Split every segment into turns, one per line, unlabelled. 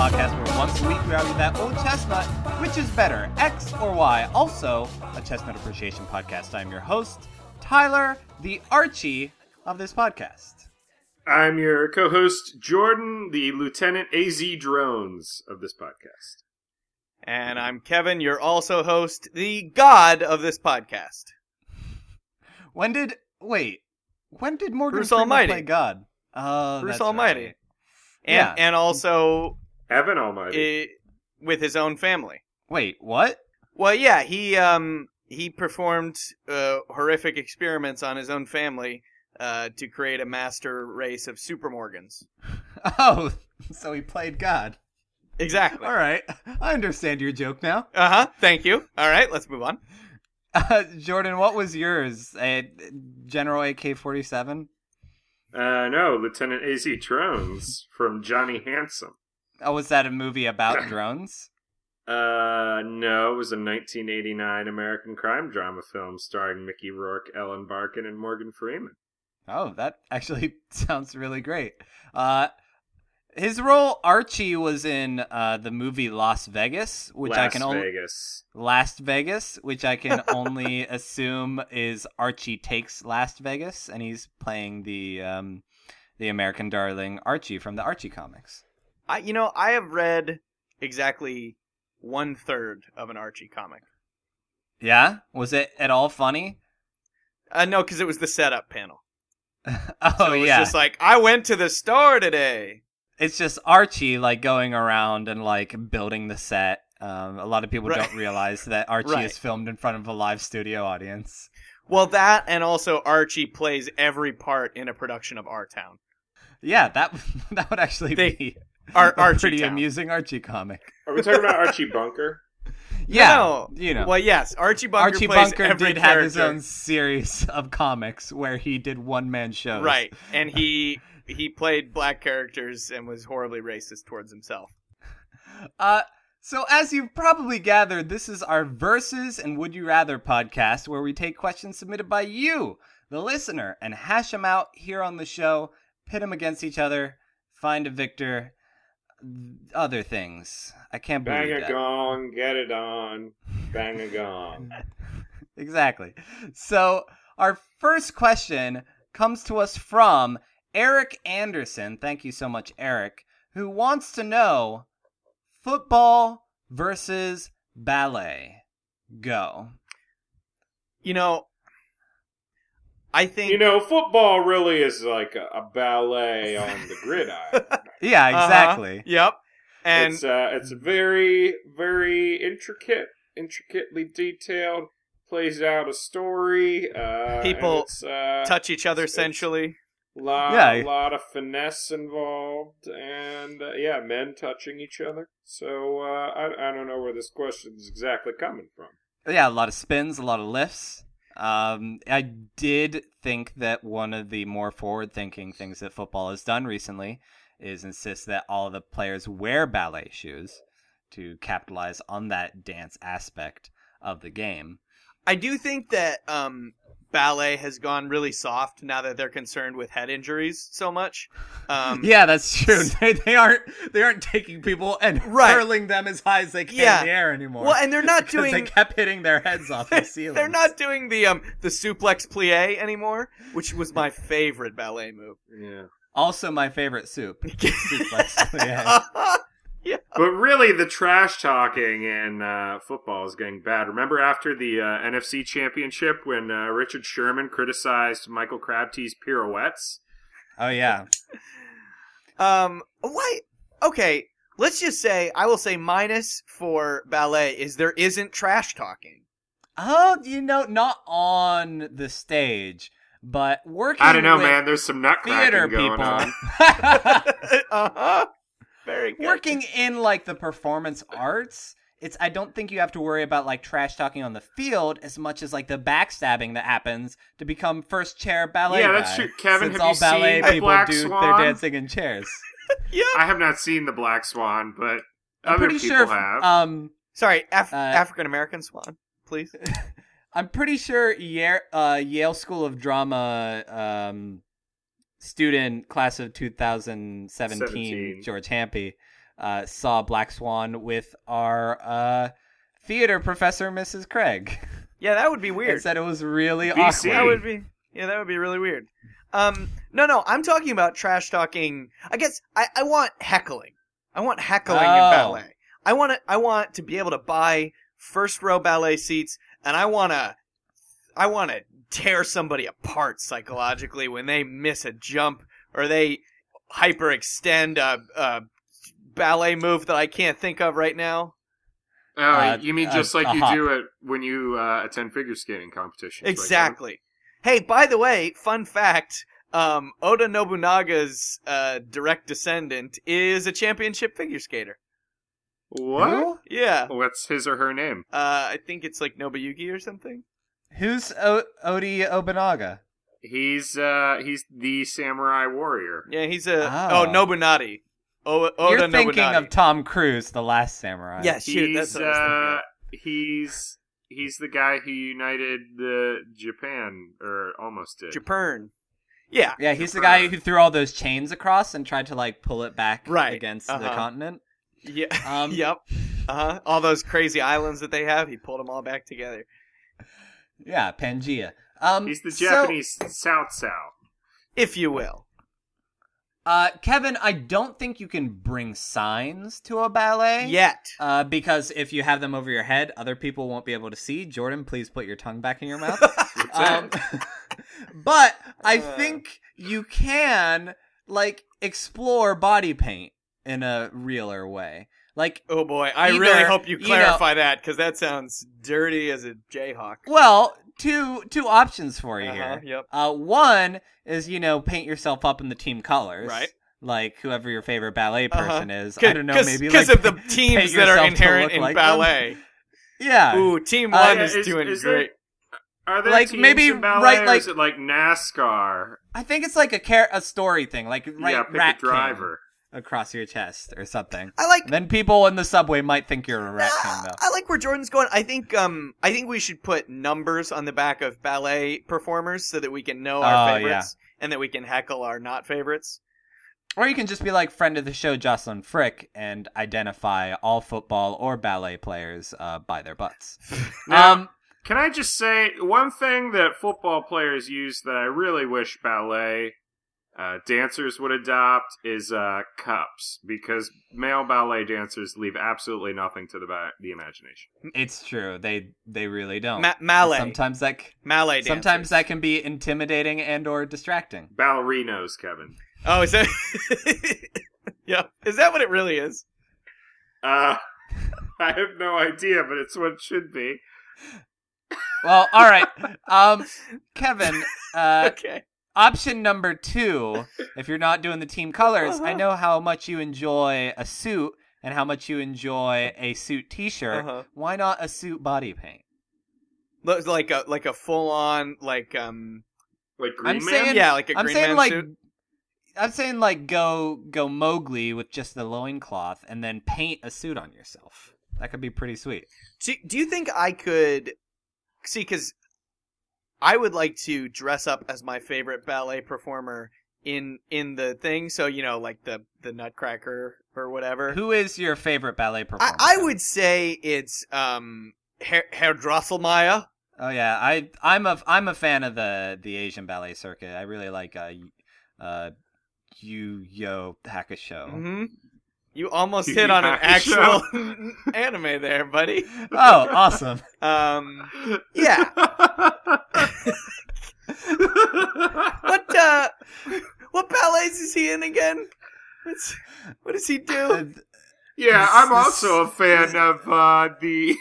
Once a week, we argue that old chestnut, which is better, X or Y? Also, a chestnut appreciation podcast. I'm your host, Tyler, the Archie of this podcast.
I'm your co host, Jordan, the Lieutenant AZ Drones of this podcast.
And I'm Kevin, your also host, the god of this podcast.
When did wait? When did Morgan
Bruce
Freeman
Almighty.
play God? Oh,
Bruce
that's
Almighty.
right.
And
Yeah.
and also
Evan Almighty.
eh, with his own family.
Wait, what?
Well, yeah, he um he performed uh, horrific experiments on his own family uh, to create a master race of supermorgans.
Oh, so he played God.
Exactly.
All right, I understand your joke now.
Uh huh. Thank you. All right, let's move on.
Uh, Jordan, what was yours? Uh, General AK forty seven.
uh, no, Lieutenant AZ Drones from Johnny Handsome.
Oh, was that a movie about drones?
Uh, no, it was a 1989 American crime drama film starring Mickey Rourke, Ellen Barkin, and Morgan Freeman.
Oh, that actually sounds really great. Uh, his role Archie was in uh, the movie Las Vegas, which I
Las
can only
Vegas.
Las Vegas, which I can only assume is Archie takes Las Vegas, and he's playing the um, the American darling Archie from the Archie comics.
I you know I have read exactly one third of an Archie comic.
Yeah, was it at all funny?
Uh, no, because it was the setup panel.
Oh
So it was
yeah,
just like I went to the store today.
it's just Archie like going around and like building the set. Um, a lot of people
Right.
don't realize that Archie
Right.
is filmed in front of a live studio audience.
Well, that and also Archie plays every part in a production of Our Town.
Yeah, that that would actually
They-
be
Ar-
a
Archie
pretty
Town.
amusing Archie comic.
Are we talking about Archie Bunker?
Yeah,
No.
you know.
Well, yes, Archie Bunker
Archie
plays
Bunker
every
did have his
character.
own series of comics where he did one man shows.
right, and he he played black characters and was horribly racist towards himself.
Uh so as you've probably gathered, this is our Versus and Would You Rather podcast where we take questions submitted by you, the listener, and hash them out here on the show, pit them against each other, find a victor, other things. I can't believe
Bang a
that.
gong, get it on. Bang a gong.
Mm. exactly. So our first question comes to us from Eric Anderson. Thank you so much, Eric, who wants to know football versus ballet. Go.
You know, I think
You know, football really is like a, a ballet on the gridiron.
Yeah,
uh-huh,
exactly.
yep, and
it's uh, it's very very intricate, intricately detailed. Plays out a story. Uh,
People
and it's, uh,
touch each other
it's-
sensually.
lot,
Yeah.
lot of finesse involved, and uh, yeah, men touching each other. So uh, I I don't know where this question's exactly coming from.
Yeah, a lot of spins, a lot of lifts. Um, I did think that one of the more forward-thinking things that football has done recently is insist that all the players wear ballet shoes to capitalize on that dance aspect of the game.
I do think that um, ballet has gone really soft now that they're concerned with head injuries so much. Um,
yeah, that's true. they, they aren't they aren't taking people and
Right.
hurling them as high as they can
Yeah.
in the air anymore.
Well, and they're not
because
doing
they kept hitting their heads off the ceiling.
They're not doing the um the suplex plie anymore, which was my favorite ballet move.
Yeah.
also my favorite soup. Suplex, yeah.
Uh,
But really, the trash talking in uh, football is getting bad. Remember after the uh, NFC Championship when uh, Richard Sherman criticized Michael Crabtree's pirouettes?
Oh yeah.
um, why? Okay, let's just say I will say minus for ballet is there isn't trash talking.
Oh, you know, not on the stage, but working.
I don't know,
with
man. There's some
Theater
nutcracking going
people,
on.
uh huh. Very good.
working in like the performance arts. It's I don't think you have to worry about like trash talking on the field as much as like the backstabbing that happens to become first chair ballet.
Yeah, that's
guy,
true. Kevin,
since
have
all
you
ballet
seen the
people
Black
do
Swan?
their dancing in chairs.
Yeah.
I have not seen the Black Swan, but
I'm
other
pretty
people
sure.
have.
Um,
Sorry, Af-
Uh,
African American swan, please.
I'm pretty sure Yale, uh, Yale School of Drama um, student class of 2017
Seventeen.
George Hampy uh, saw Black Swan with our uh, theater professor, Mrs. Craig,
Yeah, that would be weird.
and said it was really
BC.
That
awkward.
would be yeah, that would be really weird. Um, no, no, I'm talking about trash talking. I guess I, I want heckling. I want heckling
Oh.
in ballet. I want to I want to be able to buy first row ballet seats, and I want to I want to tear somebody apart psychologically when they miss a jump or they hyperextend a, a ballet move that I can't think of right now.
Oh,
Uh,
you mean
a-
just like
a
you
uh-huh.
hop.
do it when you uh, attend figure skating competitions? like um, that?
Exactly. hey, by the way, fun fact: um, Oda Nobunaga's uh, direct descendant is a championship figure skater.
what?
Who?
Yeah,
What's his or her name?
uh, I think it's like Nobuyuki or something.
Who's o- Odie Obunaga?
He's uh he's the samurai warrior.
Yeah, he's a
Ah.
oh, Nobunati. O- Oda
You're thinking
Nobunati.
of Tom Cruise, The Last Samurai.
yeah, shoot, that's
He's
what I was thinking
uh
of.
he's he's the guy who united the Japan or almost did.
Japern. uh, Yeah,
Yeah, he's the
Sure.
guy who threw all those chains across and tried to like pull it back
Right.
against the
Uh-huh.
continent.
yeah,
Um,
yep. Uh huh. All those crazy islands that they have, he pulled them all back together.
Yeah, Pangea. Um,
He's the
so,
Japanese Sao Sao.
If you will.
uh, Kevin, I don't think you can bring signs to a ballet.
Yet.
Uh, because if you have them over your head, other people won't be able to see. Jordan, please put your tongue back in your mouth. um, but I
Uh.
think you can like explore body paint in a realer way. Like,
Oh boy, I
Either,
really hope you
you know-
clarify that 'cause that because that sounds dirty as a Jayhawk.
well, two two options for you
Uh-huh,
here.
yep.
Uh, one is you know paint yourself up in the team colors,
Right.
Like whoever your favorite ballet
Uh-huh.
person is. I
Because
don't know, maybe like
of the teams
paint
that are
yourself to
inherent
look
in
like them.
ballet.
yeah.
Ooh, team
Uh,
one
Yeah,
is, doing
is
great.
There, are there
Like,
teams
maybe
in ballet,
write,
or
like-
is it like NASCAR?
I think it's like a car- a story thing, like right
yeah, pick
rat
a
king
driver.
across your chest or something.
I like.
Then people in the subway might think you're a rat king,
I
though.
I like where Jordan's going. I think um I think we should put numbers on the back of ballet performers so that we can know our
Oh, yeah.
favorites and that we can heckle our not favorites.
Or you can just be like friend of the show Jocelyn Frick and identify all football or ballet players uh, by their butts.
Now,
um,
Can I just say one thing that football players use that I really wish ballet uh, dancers would adopt is uh, cups because male ballet dancers leave absolutely nothing to the ba- the imagination.
it's true they they really don't.
Ma- mallet.
Sometimes that c-
Mallet dancers.
Oh, sometimes that can be intimidating and or distracting.
Ballerinos, Kevin.
Oh, is that? yeah, is that what it really is?
Uh, I have no idea, but it's what it should be.
Well, all right, um, Kevin. Uh,
okay.
option number two, if you're not doing the team colors,
Uh-huh.
I know how much you enjoy a suit and how much you enjoy a suit T-shirt.
Uh-huh.
Why not a suit body paint?
Lo- like a like a full on like um
Like Green
I'm
Man.
saying- And-
yeah like a
I'm
green
saying
man
like
suit.
I'm saying like go go Mowgli with just the loincloth and then paint a suit on yourself. That could be pretty sweet.
Do, do you think I could see? Because I would like to dress up as my favorite ballet performer in in the thing. So you know, like the the Nutcracker or whatever.
Who is your favorite ballet performer?
I, I would say it's um Herr, Herr Drosselmeier.
Oh yeah, I I'm a I'm a fan of the the Asian ballet circuit. I really like uh y- uh Yu Yo Hakusho.
hmm You almost
Oh. You
hit on an
have to
actual anime there, buddy.
Oh, awesome.
Um, yeah.
what?
What uh, what ballets is he in again? What's, what does he do?
Uh,
Yeah,
This-
I'm
this-
also a fan of uh, the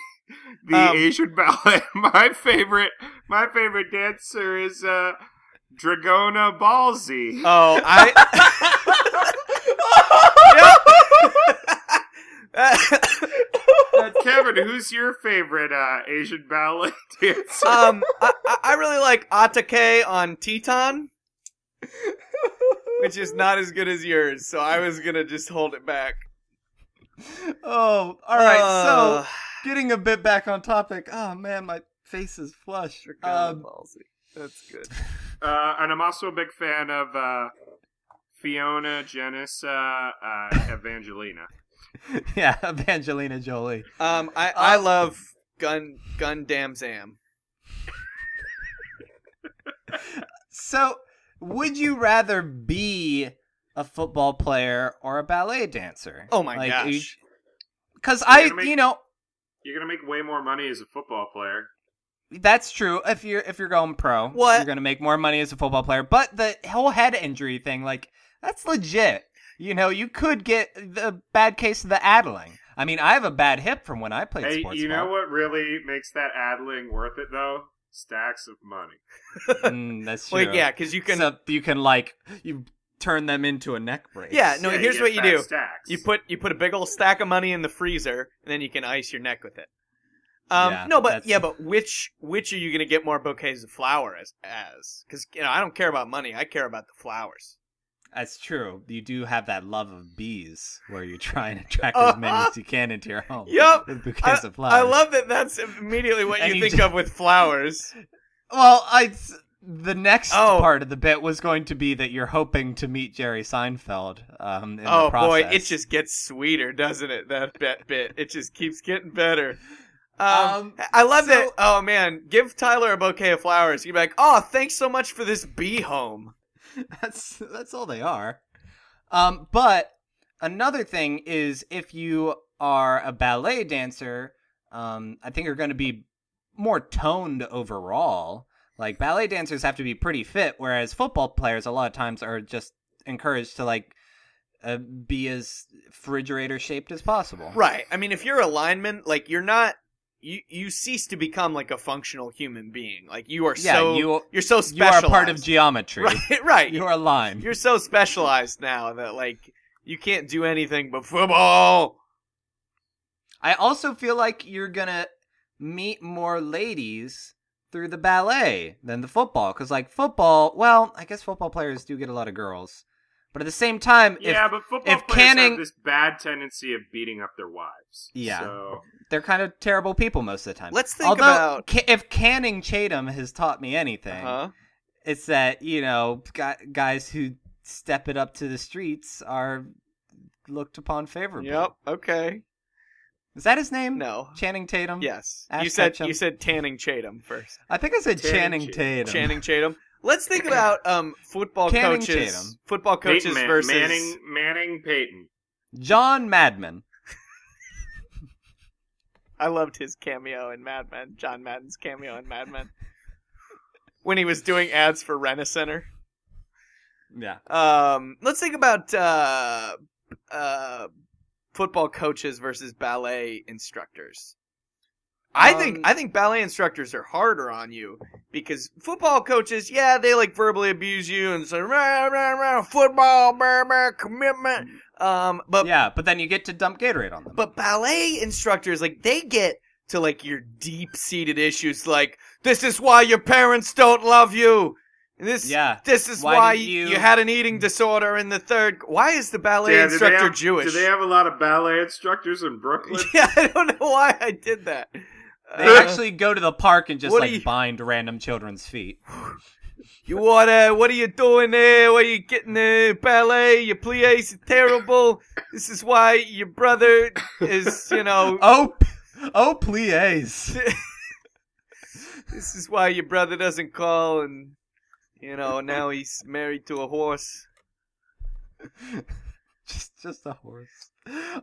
the
Um,
Asian ballet. My favorite, my favorite dancer is uh, Dragona Balzi.
Oh, I. Yep.
Kevin, who's your favorite uh, Asian ballet dancer?
um, I, I- I really like Atake on Teton, which is not as good as yours, so I was gonna just hold it back.
oh, all right.
Uh,
so getting a bit back on topic. Oh man, my face is flush.
Dragon
Um,
Ballsy. that's good.
Uh, and I'm also a big fan of uh, Fiona Genis uh, uh, Evangelina.
Um, yeah, Evangelina Jolie.
Um, I, I love Gun Gun Dam Zam.
So, would you rather be a football player or a ballet dancer?
Oh my
Like, you-
gosh!
Cuz I,
You're gonna make-
you know,
You're gonna make way more money as a football player.
that's true. If you're if you're going pro,
What?
you're going to make more money as a football player, but the whole head injury thing, like that's legit. You know, you could get the bad case of the addling. I mean, I have a bad hip from when I played
Hey,
sports.
you know
ball.
what really makes that adling worth it though? Stacks of money.
Mm, that's true.
Well, yeah, because you can.
Except you can like you turn them into a neck brace.
yeah, no.
Yeah,
here's
get
what you
fat
do:
Stacks.
you put you put a big old stack of money in the freezer, and then you can ice your neck with it. Um,
Yeah,
no, but
that's-
yeah, but which which are you gonna get more bouquets of flowers as? Because you know I don't care about money; I care about the flowers.
That's true. You do have that love of bees where you try and attract as many as you can into your home.
Uh-huh. Yup.
With bouquets of flowers.
I love that. That's immediately what
And
you
you
think
do-
of with flowers.
Well, I the next
Oh.
part of the bit was going to be that you're hoping to meet Jerry Seinfeld um in
oh
the process.
boy, it just gets sweeter, doesn't it? That bet bit, it just keeps getting better. Um,
Um,
I love
so-
that. Oh man, give Tyler a bouquet of flowers. You'd be like, oh, thanks so much for this bee home.
that's that's all they are. Um, but another thing is if you are a ballet dancer, um, I think you're going to be more toned overall. Like ballet dancers have to be pretty fit, whereas football players a lot of times are just encouraged to like uh, be as refrigerator shaped as possible.
Right. I mean, if you're a lineman, like you're not, you you cease to become like a functional human being. Like you are
Yeah,
so
you
you're so
you are a
specialized.
part of geometry.
Right. Right.
You are a line.
You're so specialized now that like you can't do anything but football.
I also feel like you're gonna meet more ladies through the ballet than the football, because like football, well, I guess football players do get a lot of girls, but at the same time,
yeah,
if
but football
if
players
Canning-
have this bad tendency of beating up their wives.
Yeah.
So
they're kind of terrible people most of the time.
Let's think
Although,
about-
ca- if Canning Chatham has taught me anything,
Huh?
it's that you know gu- guys who step it up to the streets are looked upon favorably.
Yep. Okay.
Is that his name?
No.
Channing Tatum.
Yes.
Ash
you said
Ketchum.
you said Tanning Chatham first.
I think I said Channing
Channing Tatum.
Tatum.
Channing Chatham. Let's think about um football
Canning
coaches.
Chatham.
Football coaches
Peyton Man-
versus
Manning, Manning, Peyton.
John Madman.
I loved his cameo in Mad Men. John Madden's cameo in Mad Men. when he was doing ads for Rent-A-Center.
Yeah.
Um, let's think about uh, uh, football coaches versus ballet instructors. I think
Um,
I think ballet instructors are harder on you because football coaches, yeah, they like verbally abuse you and say rah, rah, rah, football, rah, rah, commitment. Um, but
yeah, but then you get to dump Gatorade on them.
but ballet instructors, like, they get to, like, your deep seated issues, like, this is why your parents don't love you. And This,
Yeah.
this is why,
Why didn't
you...
you-
had an eating disorder in the third. Why is the ballet
Yeah, do they
instructor
have-
Jewish?
Do they have a lot of ballet instructors in Brooklyn?
yeah, I don't know why I did that.
they
Uh,
actually go to the park and just
what do
like
you-
bind random children's feet.
You wanna? What are you doing there? Why are you getting the ballet? Your plies are terrible. this is why your brother is, you know,
Oh, p- oh, please.
This is why your brother doesn't call, and you know now he's married to a horse.
just, just a horse.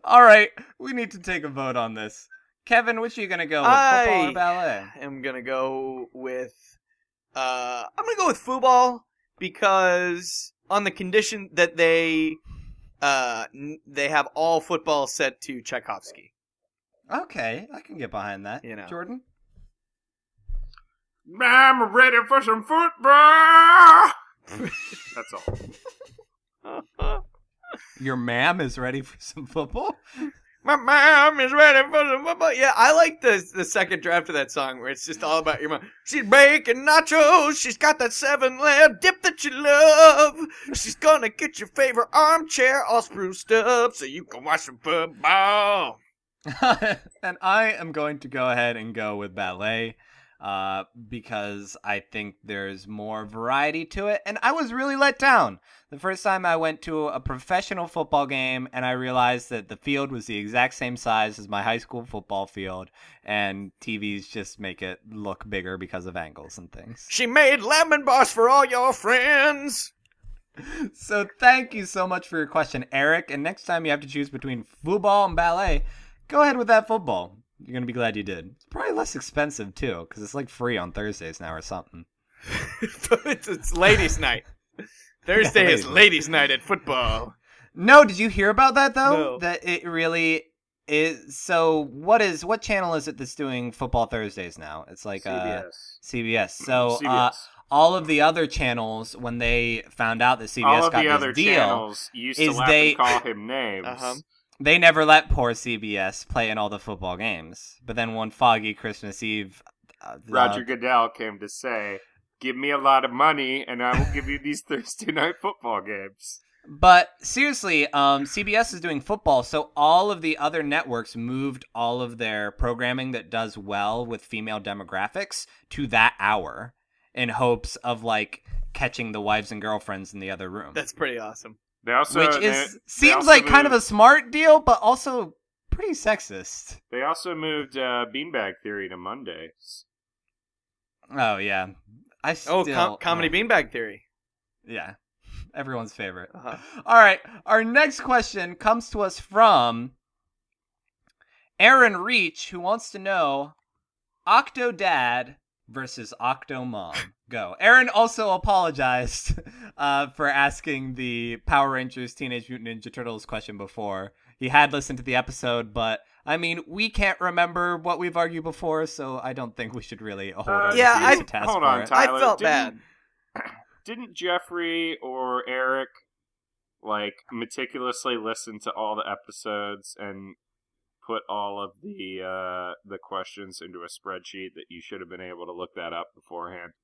All right, we need to take a vote on this. Kevin, which are you gonna go with, football
I-
or ballet?
I'm gonna go with, uh, I'm gonna go with football because on the condition that they, uh, n- they have all football set to Tchaikovsky.
Okay, I can get behind that.
You know.
Jordan.
I'm ready for some football. That's all.
Your ma'am is ready for some football.
My mom is ready for the football. Yeah, I like the the second draft of that song where it's just all about your mom. She's making nachos. She's got that seven layer dip that you love. She's gonna get your favorite armchair all spruced up so you can watch some football.
and I am going to go ahead and go with ballet. uh, because I think there's more variety to it. And I was really let down the first time I went to a professional football game and I realized that the field was the exact same size as my high school football field, and TVs just make it look bigger because of angles and things.
She made lemon bars for all your friends.
So thank you so much for your question, Eric. And next time you have to choose between football and ballet, go ahead with that football. You're gonna be glad you did. It's probably less expensive too, because it's like free on Thursdays now or something.
it's, it's ladies' night. Thursday is ladies' night at football.
No, did you hear about that though?
No.
That it really is. So what is what channel is it that's doing football Thursdays now? It's like uh,
CBS.
CBS. So Uh,
CBS.
all of the other channels, when they found out that CBS
All of
got
the
this
other
deal,
channels used to
is
laugh
they-
and call him names.
Uh-huh.
they never let poor CBS play in all the football games. But then one foggy Christmas Eve, uh, the-
Roger Goodell came to say, "Give me a lot of money, and I will give you these Thursday night football games."
But seriously, um, CBS is doing football, so all of the other networks moved all of their programming that does well with female demographics to that hour in hopes of like catching the wives and girlfriends in the other room,
That's pretty awesome.
They also
which
they-
is
they
seems
also
like kind of
moved-
a smart deal, but also pretty sexist.
They also moved uh, Beanbag Theory to Mondays.
Oh yeah, I still
Oh, com- comedy beanbag theory.
Yeah. Everyone's favorite.
Uh-huh.
All right. Our next question comes to us from Aaron Reach, who wants to know Octodad versus Octomom. Go. Aaron also apologized uh, for asking the Power Rangers Teenage Mutant Ninja Turtles question before. He had listened to the episode, but I mean, we can't remember what we've argued before, so I don't think we should really hold
Uh,
our
Yeah,
viewers
I-
to task
hold
for
on,
it.
Tyler,
I felt
didn't-
bad.
Didn't Jeffrey or Eric like meticulously listen to all the episodes and put all of the uh, the questions into a spreadsheet that you should have been able to look that up beforehand?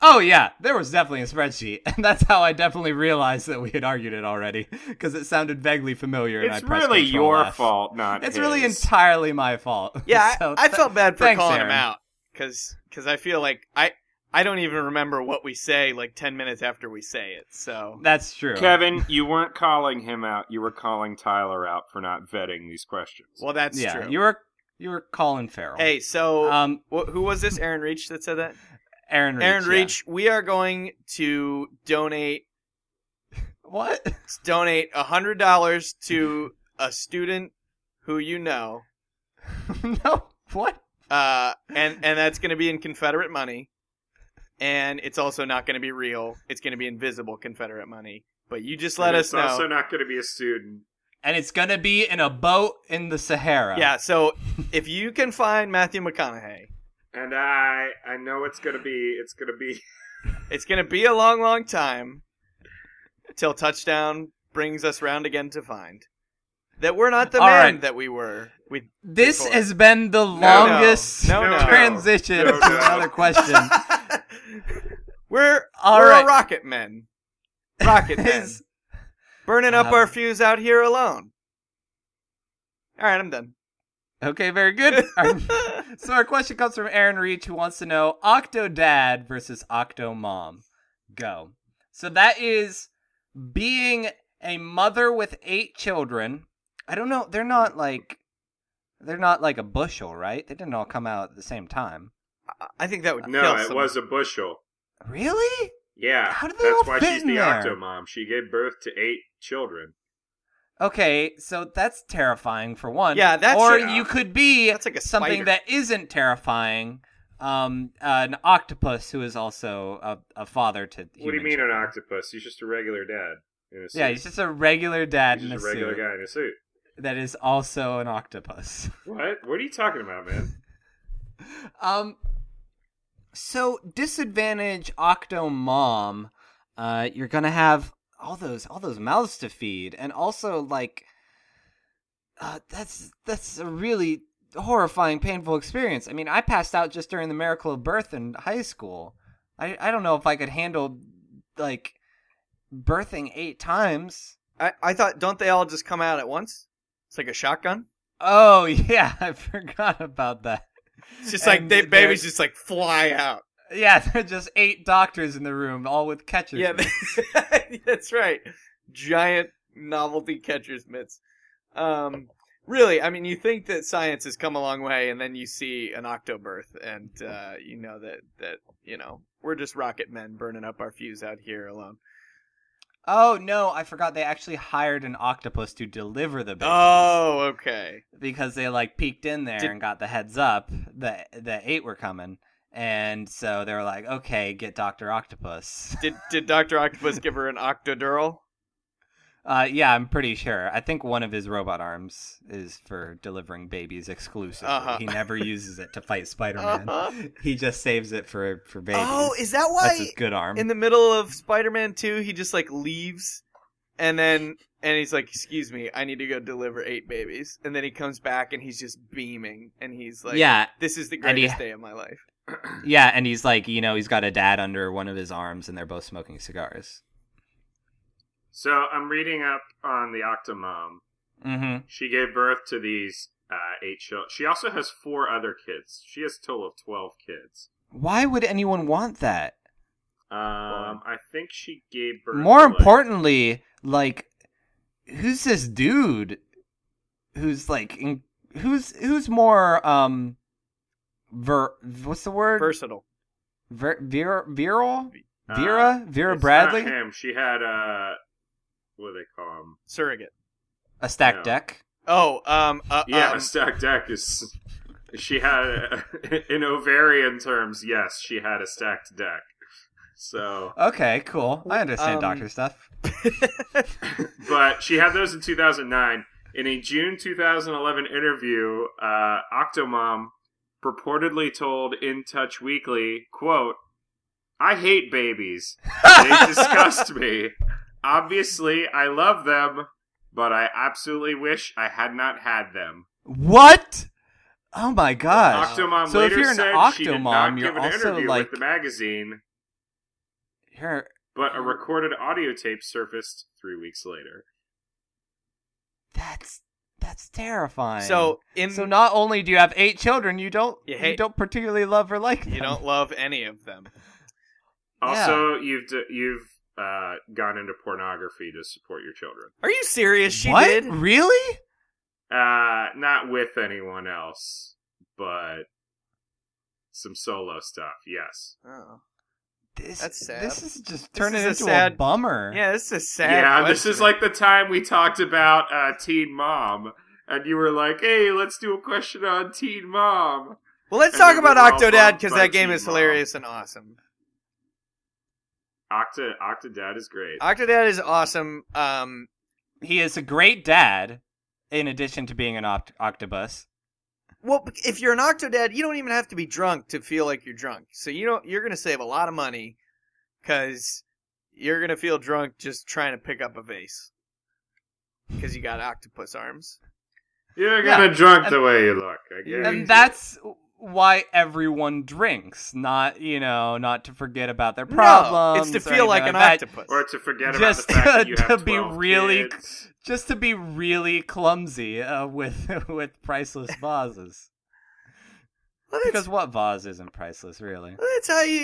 Oh yeah, there was definitely a spreadsheet, and that's how I definitely realized that we had argued it already because it sounded vaguely familiar. and I
it's
pressed
really
Control
your
F.
fault, not
It's really
his.
entirely my fault.
Yeah,
So
I, I
th-
felt bad for
thanks,
calling
Aaron.
him out because I feel like I I don't even remember what we say like ten minutes after we say it. So
that's true.
Kevin, you weren't calling him out. You were calling Tyler out for not vetting these questions.
well, that's
yeah,
true.
you were you were Colin Farrell.
Hey, so
um,
wh- who was this? Aaron Reach that said that.
Aaron Reach.
Aaron
yeah.
Reach, we are going to donate
What?
donate a hundred dollars to a student who you know,
no. What?
uh, and and that's going to be in Confederate money, and it's also not going to be real. It's going to be invisible Confederate money. But you just let
And
us
It's also
know.
not going to be a student.
And it's gonna be in a boat in the Sahara.
yeah. So if you can find Matthew McConaughey,
And I, I know it's going to be. It's going to be.
it's going to be a long, long time till touchdown brings us round again to find that we're not the
All
man
right.
that we were. We
This
Before.
has been the longest
no, no.
transition
No,
to
no.
another question.
we're
All
we're
right.
a rocket men. Rocket men.
Is-
burning up
Um,
our fuse out here alone. All right, I'm done.
Okay, very good. Our- so our question comes from Aaron Reach, who wants to know Octodad versus Octomom. Go. So that is being a mother with eight children. I don't know. They're not like they're not like a bushel, right? They didn't all come out at the same time.
I- I think that would
No,
kill
it
someone.
was a bushel.
Really?
Yeah,
How do they
that's
all
why
fit
she's
in
the
there?
Octomom. She gave birth to eight children.
Okay, so that's terrifying for one.
Yeah, that's-
or
yeah.
you could be
That's like a
something
spider.
that isn't terrifying. Um, an octopus who is also a, a father to.
what do you
human
mean an
children.
octopus? He's just a regular dad in a suit.
Yeah, he's just a regular dad
He's
in a,
just a regular
suit
guy in a suit.
that is also an octopus.
What? What are you talking about, man?
Um, so disadvantage Octo Mom, uh, you're gonna have all those all those mouths to feed, and also like, uh, that's that's a really horrifying, painful experience. I mean, I passed out just during the miracle of birth in high school. I I don't know if I could handle like birthing eight times.
I, I thought, don't they all just come out at once? It's like a shotgun.
Oh yeah, I forgot about that.
It's just like
And
they
they're-
babies just like fly out.
Yeah, there are just eight doctors in the room, all with catchers.
Yeah, that's right. Giant novelty catcher's mitts. Um, really, I mean, you think that science has come a long way, and then you see an octobirth, and uh, you know that that you know we're just rocket men burning up our fuse out here alone.
Oh no, I forgot they actually hired an octopus to deliver the babies
Oh, okay.
because they like peeked in there
Did-
and got the heads up that the eight were coming, and so they were like, okay, get Doctor Octopus.
Did did Doctor Octopus give her an octodural?
Uh, yeah, I'm pretty sure. I think one of his robot arms is for delivering babies exclusively.
Uh-huh.
He never uses it to fight Spider-Man.
Uh-huh.
He just saves it for for babies.
Oh, is that
that's
why
his good arm?
in the middle of Spider-Man 2 he just like leaves and then and he's like, "Excuse me, I need to go deliver eight babies." And then he comes back and he's just beaming and he's like,
yeah,
this is the
And he-
greatest day of my life."
yeah, and he's like, you know, he's got a dad under one of his arms, and they're both smoking cigars.
So I'm reading up on the Octomom.
Mm-hmm.
She gave birth to these uh, eight children. She also has four other kids. She has a total of twelve kids.
Why would anyone want that?
Um, I think she gave birth.
More
to, like-
importantly, like, who's this dude? Who's like, in, who's who's more um, ver? What's the word?
Versatile.
Ver, vir, viral?
Uh,
Vera? Vera
it's
Bradley?
Not him. She had uh, what do they call him?
Surrogate.
A stack
No.
deck?
Oh, um uh,
Yeah,
um,
a stacked deck is. She had a, in ovarian terms. Yes, she had a stacked deck. So,
Okay, cool. I understand
Um,
doctor stuff.
but she had those in 2009. In a June 2011 interview, uh, Octomom purportedly told In Touch Weekly, "quote I hate babies. They disgust me. Obviously, I love them, but I absolutely wish I had not had them."
What? Oh my gosh.
Octomom
So if
later
you're an
said she did
Octomom,
not
you're
give an
also,
interview
like-
with the magazine,
Here,
but a recorded audio tape surfaced three weeks later.
that's that's terrifying.
so in
so not only do you have eight children, you don't
You
you,
hate-
don't particularly love or like them.
you don't love any of them.
Also, you've d- you've uh, gone into pornography to support your children,
Are you serious? She
what?
did?
Really?
uh, not with anyone else, but some solo stuff. Yes,
Oh.
This,
That's sad.
This is just turning
is a
into
sad-
a bummer.
Yeah, this is a sad
yeah. This is
question.
like the time we talked about uh, Teen Mom, and you were like, "Hey, let's do a question on Teen Mom."
Well, let's
And
talk
then
about
we were all
Octodad
bumped
because
by
that game
Teen
is
Mom.
hilarious and awesome.
Octa Octodad is great.
Uh,
Octodad is awesome. Um,
He is a great dad, in addition to being an oct- octopus.
well, if you're an Octodad, you don't even have to be drunk to feel like you're drunk. So you don't. You're gonna save a lot of money because you're gonna feel drunk just trying to pick up a vase because you got octopus arms.
You're
Yeah.
gonna drunk
And-
the way you look. I guess.
and that's why everyone drinks not you know not to forget about their problems
No, it's to
or
feel like an
anything that.
octopus.
or to forget
Just
about the fact that you have
to be
12
really-
kids.
just to be really clumsy uh, with with priceless vases
Well, that's,
because what vase isn't priceless really
well, that's how you,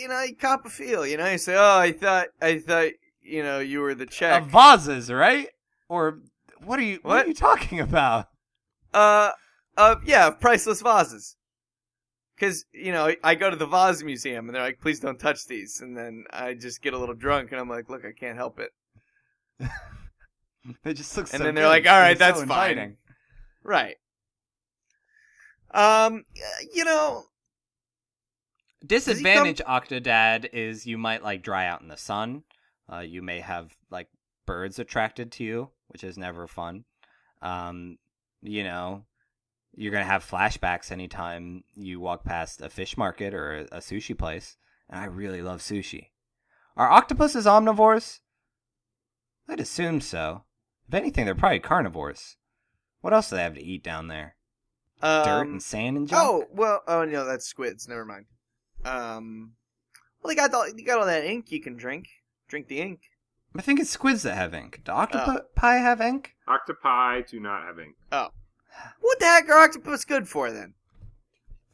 you know, you cop a feel. You know, you say, "Oh, I thought, I thought, you know, you were the
uh,
check."
vases right or what are you what,
What?
are you talking about
uh, uh, yeah, priceless vases. Because you know, I go to the vase museum and they're like, "Please don't touch these," and then I just get a little drunk and I'm like, "Look, I can't help it."
they just look
And
so
then they're
good.
like, "All right,
They're
that's
so
fine."
inviting.
Right. Um, you know,
Disadvantage Octodad is you might like dry out in the sun. Uh, you may have like birds attracted to you, which is never fun. Um, you know, you're gonna have flashbacks anytime you walk past a fish market or a, a sushi place. And I really love sushi. Are octopuses omnivores? I'd assume so. If anything, they're probably carnivores. What else do they have to eat down there?
um,
Dirt and sand and junk.
oh well, oh no, that's squids. Never mind. Um, well, they got all, you got all that ink you can drink. Drink the ink.
I think it's squids that have ink.
Oh.
Do octopi have ink?
Octopi do not have ink.
What the heck are octopus good for then?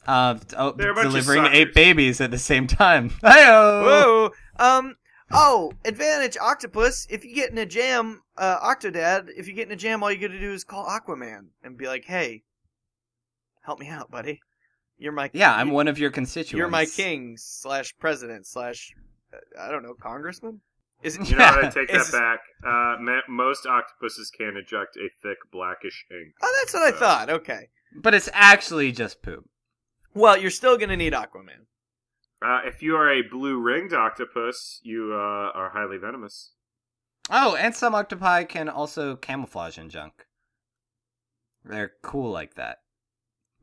uh, d- oh,
They're a bunch of
delivering
suckers.
eight babies at the same time. Hey-oh!
Whoa. Um. Oh, advantage octopus. If you get in a jam, uh, Octodad. If you get in a jam, all you got to do is call Aquaman and be like, "Hey, help me out, buddy. You're my
Yeah, I'm one of your constituents.
You're my king slash president slash uh, I don't know congressman. Is it
You know what? I
Yeah,
take
it's-
that back. Uh, ma- most octopuses can eject a thick blackish ink.
Oh, that's what
Uh,
I thought. Okay.
But it's actually just poop.
Well, you're still gonna need Aquaman.
Uh, if you are a blue ringed octopus, you uh, are highly venomous.
Oh, and some octopi can also camouflage in junk. They're cool like that.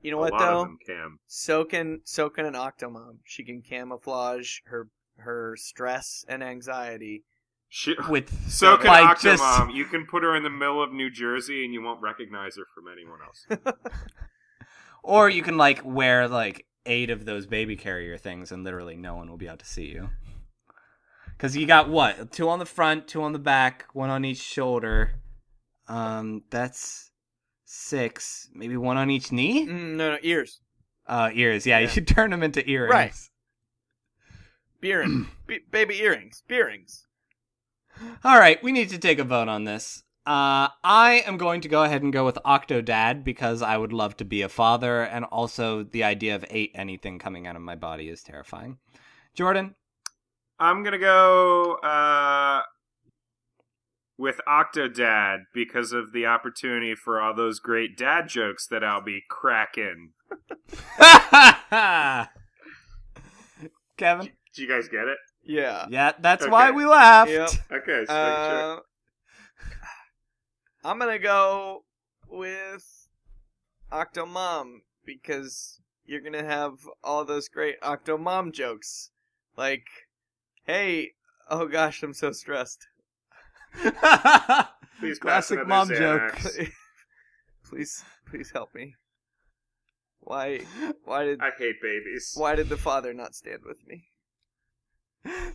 You know
a
what
lot of
though?
them can.
So can so can an Octomom. She can camouflage her her stress and anxiety.
She-
With
so can
by
Octomom.
just-
You can put her in the middle of New Jersey, and you won't recognize her from anyone else.
or you can like wear like eight of those baby carrier things, and literally no one will be able to see you. Because you got what two on the front, two on the back, one on each shoulder. Um, that's six. Maybe one on each knee.
Mm, no, no ears.
Uh, ears. Yeah,
Yeah.
you turn them into earrings.
Beering. B- baby earrings. Bearings.
All right, we need to take a vote on this. Uh, I am going to go ahead and go with Octodad because I would love to be a father, and also the idea of eight anything coming out of my body is terrifying. Jordan,
I'm gonna go uh, with Octodad because of the opportunity for all those great dad jokes that I'll be cracking.
Kevin,
Do you guys get it?
Yeah.
yeah, that's
Okay.
why we laughed.
Yep.
Okay. so
Uh, I'm gonna go with Octomom because you're gonna have all those great Octomom jokes, like, "Hey, oh gosh, I'm so stressed.
Please pass
Classic
another
mom
Xanax.
joke.
please, please help me. Why, why did,
I hate babies.
why did the father not stand with me?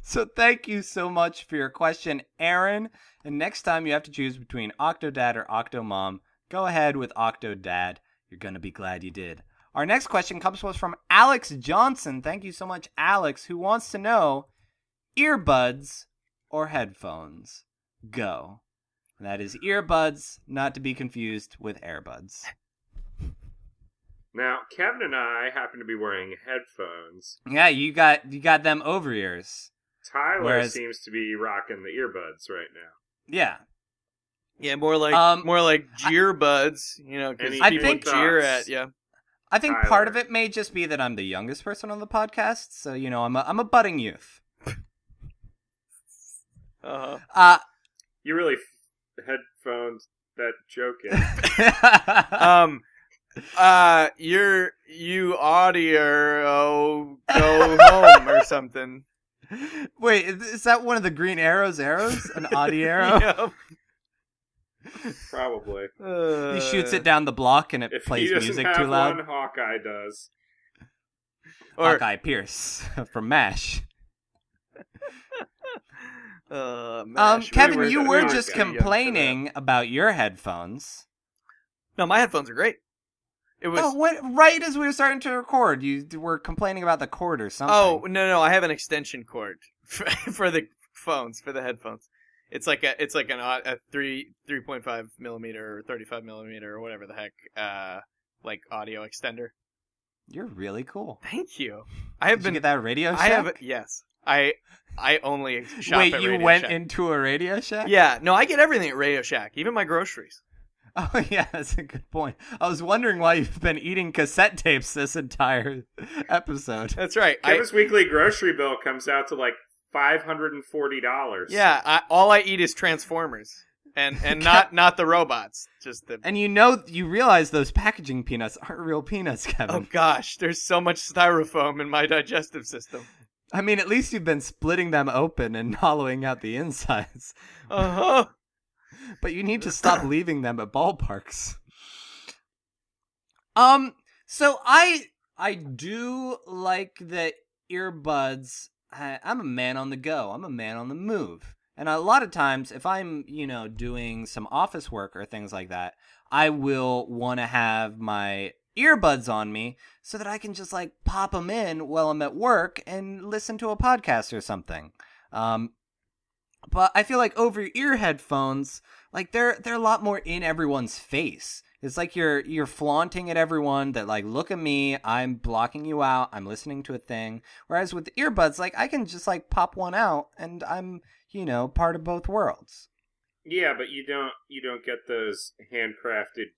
So thank you so much for your question, Aaron. And next time you have to choose between Octodad or Octomom, go ahead with Octodad. You're gonna be glad you did. Our next question comes to us from Alex Johnson. Thank you so much, Alex, who wants to know earbuds or headphones. Go. That is earbuds, not to be confused with airbuds.
Now, Kevin and I happen to be wearing headphones.
Yeah, you got you got them over ears.
Tyler
Whereas-
seems to be rocking the earbuds right now.
Yeah.
Yeah, more like,
Um,
more like jeer buds, you know, because
Any
people
people
jeer
thoughts?
at you.
I think part of
Tyler.
it may just be that I'm the youngest person on the podcast, so you know I'm a I'm a budding youth.
Uh-huh.
Uh,
You really f- headphones that joke in.
um uh you're you audio go home or something
wait, is- is that one of the Green Arrows arrows? An Audi arrow?
Yep.
Probably.
Uh,
He shoots it down the block and it
If
plays
he doesn't
music
have
too loud.
one, Hawkeye does.
or
Hawkeye Pierce from Mash.
uh,
Um,
mash. We
Kevin,
were-
you
we
were
were
just
too young for that.
complaining about your headphones.
no my headphones are great it was
Oh, when, right as we were starting to record, you were complaining about the cord or something.
oh no no i have an extension cord for, for the phones for the headphones it's like a it's like an au- a three three point five millimeter or thirty five millimeter or whatever the heck uh like audio extender
you're really cool.
thank you i have
Did
been
you get that Radio Shack?
I have yes. I I only shop
Wait,
at
you
Radio
went
Shack.
into a Radio Shack?
Yeah, no, I get everything at Radio Shack, even my groceries.
Oh yeah, that's a good point. I was wondering why you've been eating cassette tapes this entire episode.
That's right. I,
Kevin's weekly grocery bill comes out to like five hundred and forty dollars.
yeah, I, all I eat is Transformers, and and not not the robots, just the.
And you know, you realize those packaging peanuts aren't real peanuts,
Oh
Kevin.
gosh, there's so much styrofoam in my digestive system.
I mean, at least you've been splitting them open and hollowing out the insides.
Uh huh.
But you need to stop leaving them at ballparks. Um, so I I do like the earbuds. I, I'm a man on the go. I'm a man on the move. And a lot of times, if I'm you know doing some office work or things like that, I will want to have my earbuds on me so that I can just like pop them in while I'm at work and listen to a podcast or something. Um, but I feel like over ear headphones, like they're they're a lot more in everyone's face. It's like you're you're flaunting at everyone that like look at me, I'm blocking you out, I'm listening to a thing. Whereas with earbuds, like I can just like pop one out and I'm, you know, part of both worlds.
Yeah, but you don't you don't get those handcrafted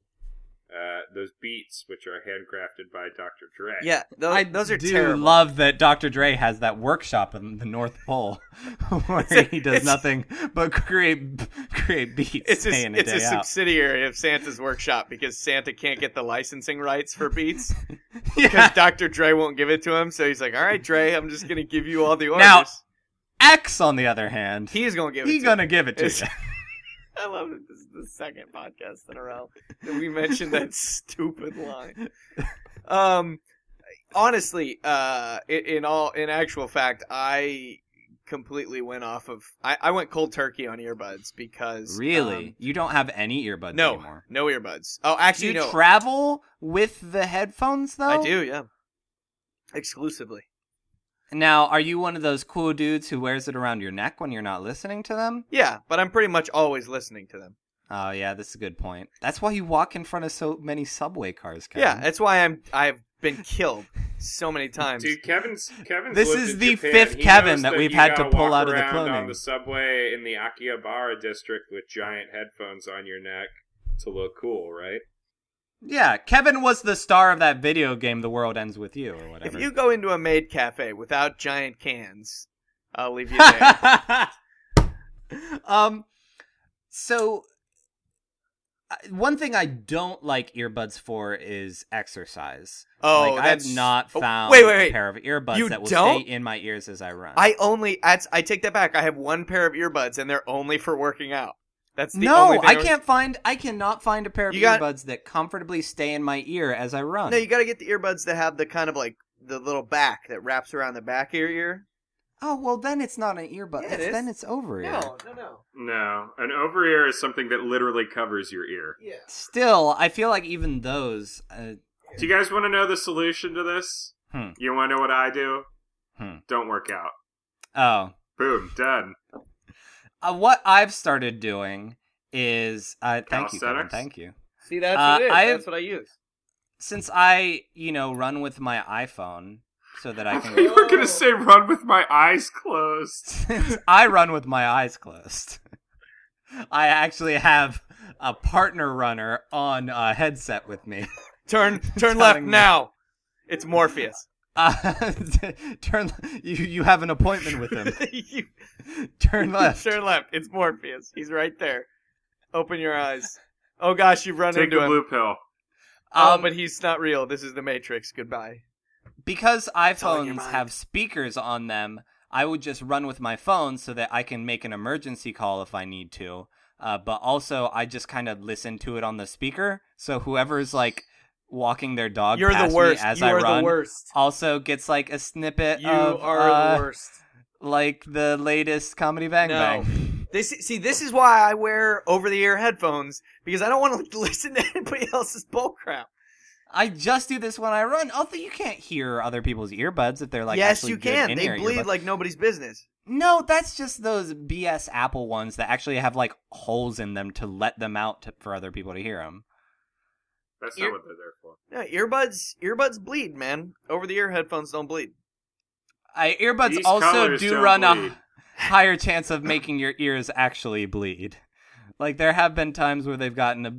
uh, those beats which are handcrafted by Dr. Dre.
Yeah, those,
I
those are
do
terrible.
love that Dr. Dre has that workshop in the North Pole where he does
it's-
nothing but create create beats
it's a,
day in and
it's
day
a
out.
subsidiary of Santa's workshop because Santa can't get the licensing rights for beats because
yeah.
Dr. Dre won't give it to him. So he's like, "All right, Dre, I'm just gonna give you all the orders."
Now- X, on the other hand,
he's gonna give it.
he
to
gonna give it to
It's-
you.
I love it. This is the second podcast in a row that we mentioned that stupid line. Um, honestly, uh, i- in all in actual fact, I completely went off of. I, I went cold turkey on earbuds because
Really,
um,
you don't have any earbuds
no,
anymore.
no earbuds. Oh,
Do
actually,
you
no,
travel with the headphones though?
I do. Yeah, exclusively.
Now, are you one of those cool dudes who wears it around your neck when you're not listening to them?
Yeah, but I'm pretty much always listening to them.
Oh yeah, that's a good point. That's why you walk in front of so many subway cars. Kevin.
Yeah, that's why I'm. I've been killed so many times.
Dude, Kevin's Kevin's.
This
lived
is
in
the
Japan.
fifth
He
Kevin
knows
that we've
you
had to
gotta
pull
walk
out of the
around
clothing.
on the subway in the Akihabara district with giant headphones on your neck to look cool, right?
yeah. Kevin was the star of that video game, "The World Ends with You" or
If
whatever.
you go into a maid cafe without giant cans, I'll leave you there.
um, so uh, one thing I don't like earbuds for is exercise.
Oh,
like,
that's
I've not
oh,
found
wait, wait,
a
wait.
pair of earbuds
You
that will
don't?
stay in my ears as I run.
I only that's I take that back. I have one pair of earbuds, and they're only for working out. That's the only
no,
thing
I
would-
can't find. I cannot find a pair of
You got-
earbuds that comfortably stay in my ear as I run.
No, you got to get the earbuds that have the kind of like the little back that wraps around the back of your ear.
oh well, then it's not an earbud.
Yeah, it
It's-
is.
then it's over ear.
no, no.
No, an over ear is something that literally covers your ear.
Yeah.
Still, I feel like even those. Uh,
Do you guys want to know the solution to this?
Hmm.
You want to know what I do?
Hmm.
Don't work out.
oh,
Boom, done.
uh, what I've started doing is uh, thank you, Kevin,
Calisthenics?
thank you.
See, that's
Uh,
what it is.
I-
that's what I use.
Since I, you know, run with my iPhone so that I
I
can.
thought you were gonna say run with my eyes closed.
since I run with my eyes closed, I actually have a partner runner on a headset with me.
Turn, turn
Telling
left
me.
now. It's Morpheus.
Uh, turn. You you have an appointment with him.
You-
Turn left.
Turn left. It's Morpheus. He's right there. Open your eyes. Oh gosh, you've run
Take
into
the
him.
blue pill.
Oh,
Um,
but he's not real. This is the Matrix. Goodbye.
because
all in your
iPhones
mind.
have speakers on them, I would just run with my phone so that I can make an emergency call if I need to. Uh, but also, I just kind of listen to it on the speaker, so whoever's like walking their dog
You're
past
the worst.
me as
you
I
are
run
the worst.
also gets like a snippet
You
of
are
uh,
the worst.
like the latest comedy Bang
No.
Bang.
This see, this is why I wear over-the-ear headphones because I don't want to listen to anybody else's bullcrap.
I just do this when I run. Although you can't hear other people's earbuds if they're like
yes,
actually
you
good
can. They
in-ear
bleed
earbuds.
like nobody's business.
No, that's just those BS Apple ones that actually have like holes in them to let them out to, for other people to hear them.
That's
Ear-
not what they're there for.
No, earbuds, earbuds bleed, man. Over-the-ear headphones don't bleed.
I, earbuds
These
also
colors
do
don't
run
bleed.
a higher chance of making your ears actually bleed. Like there have been times where they've gotten a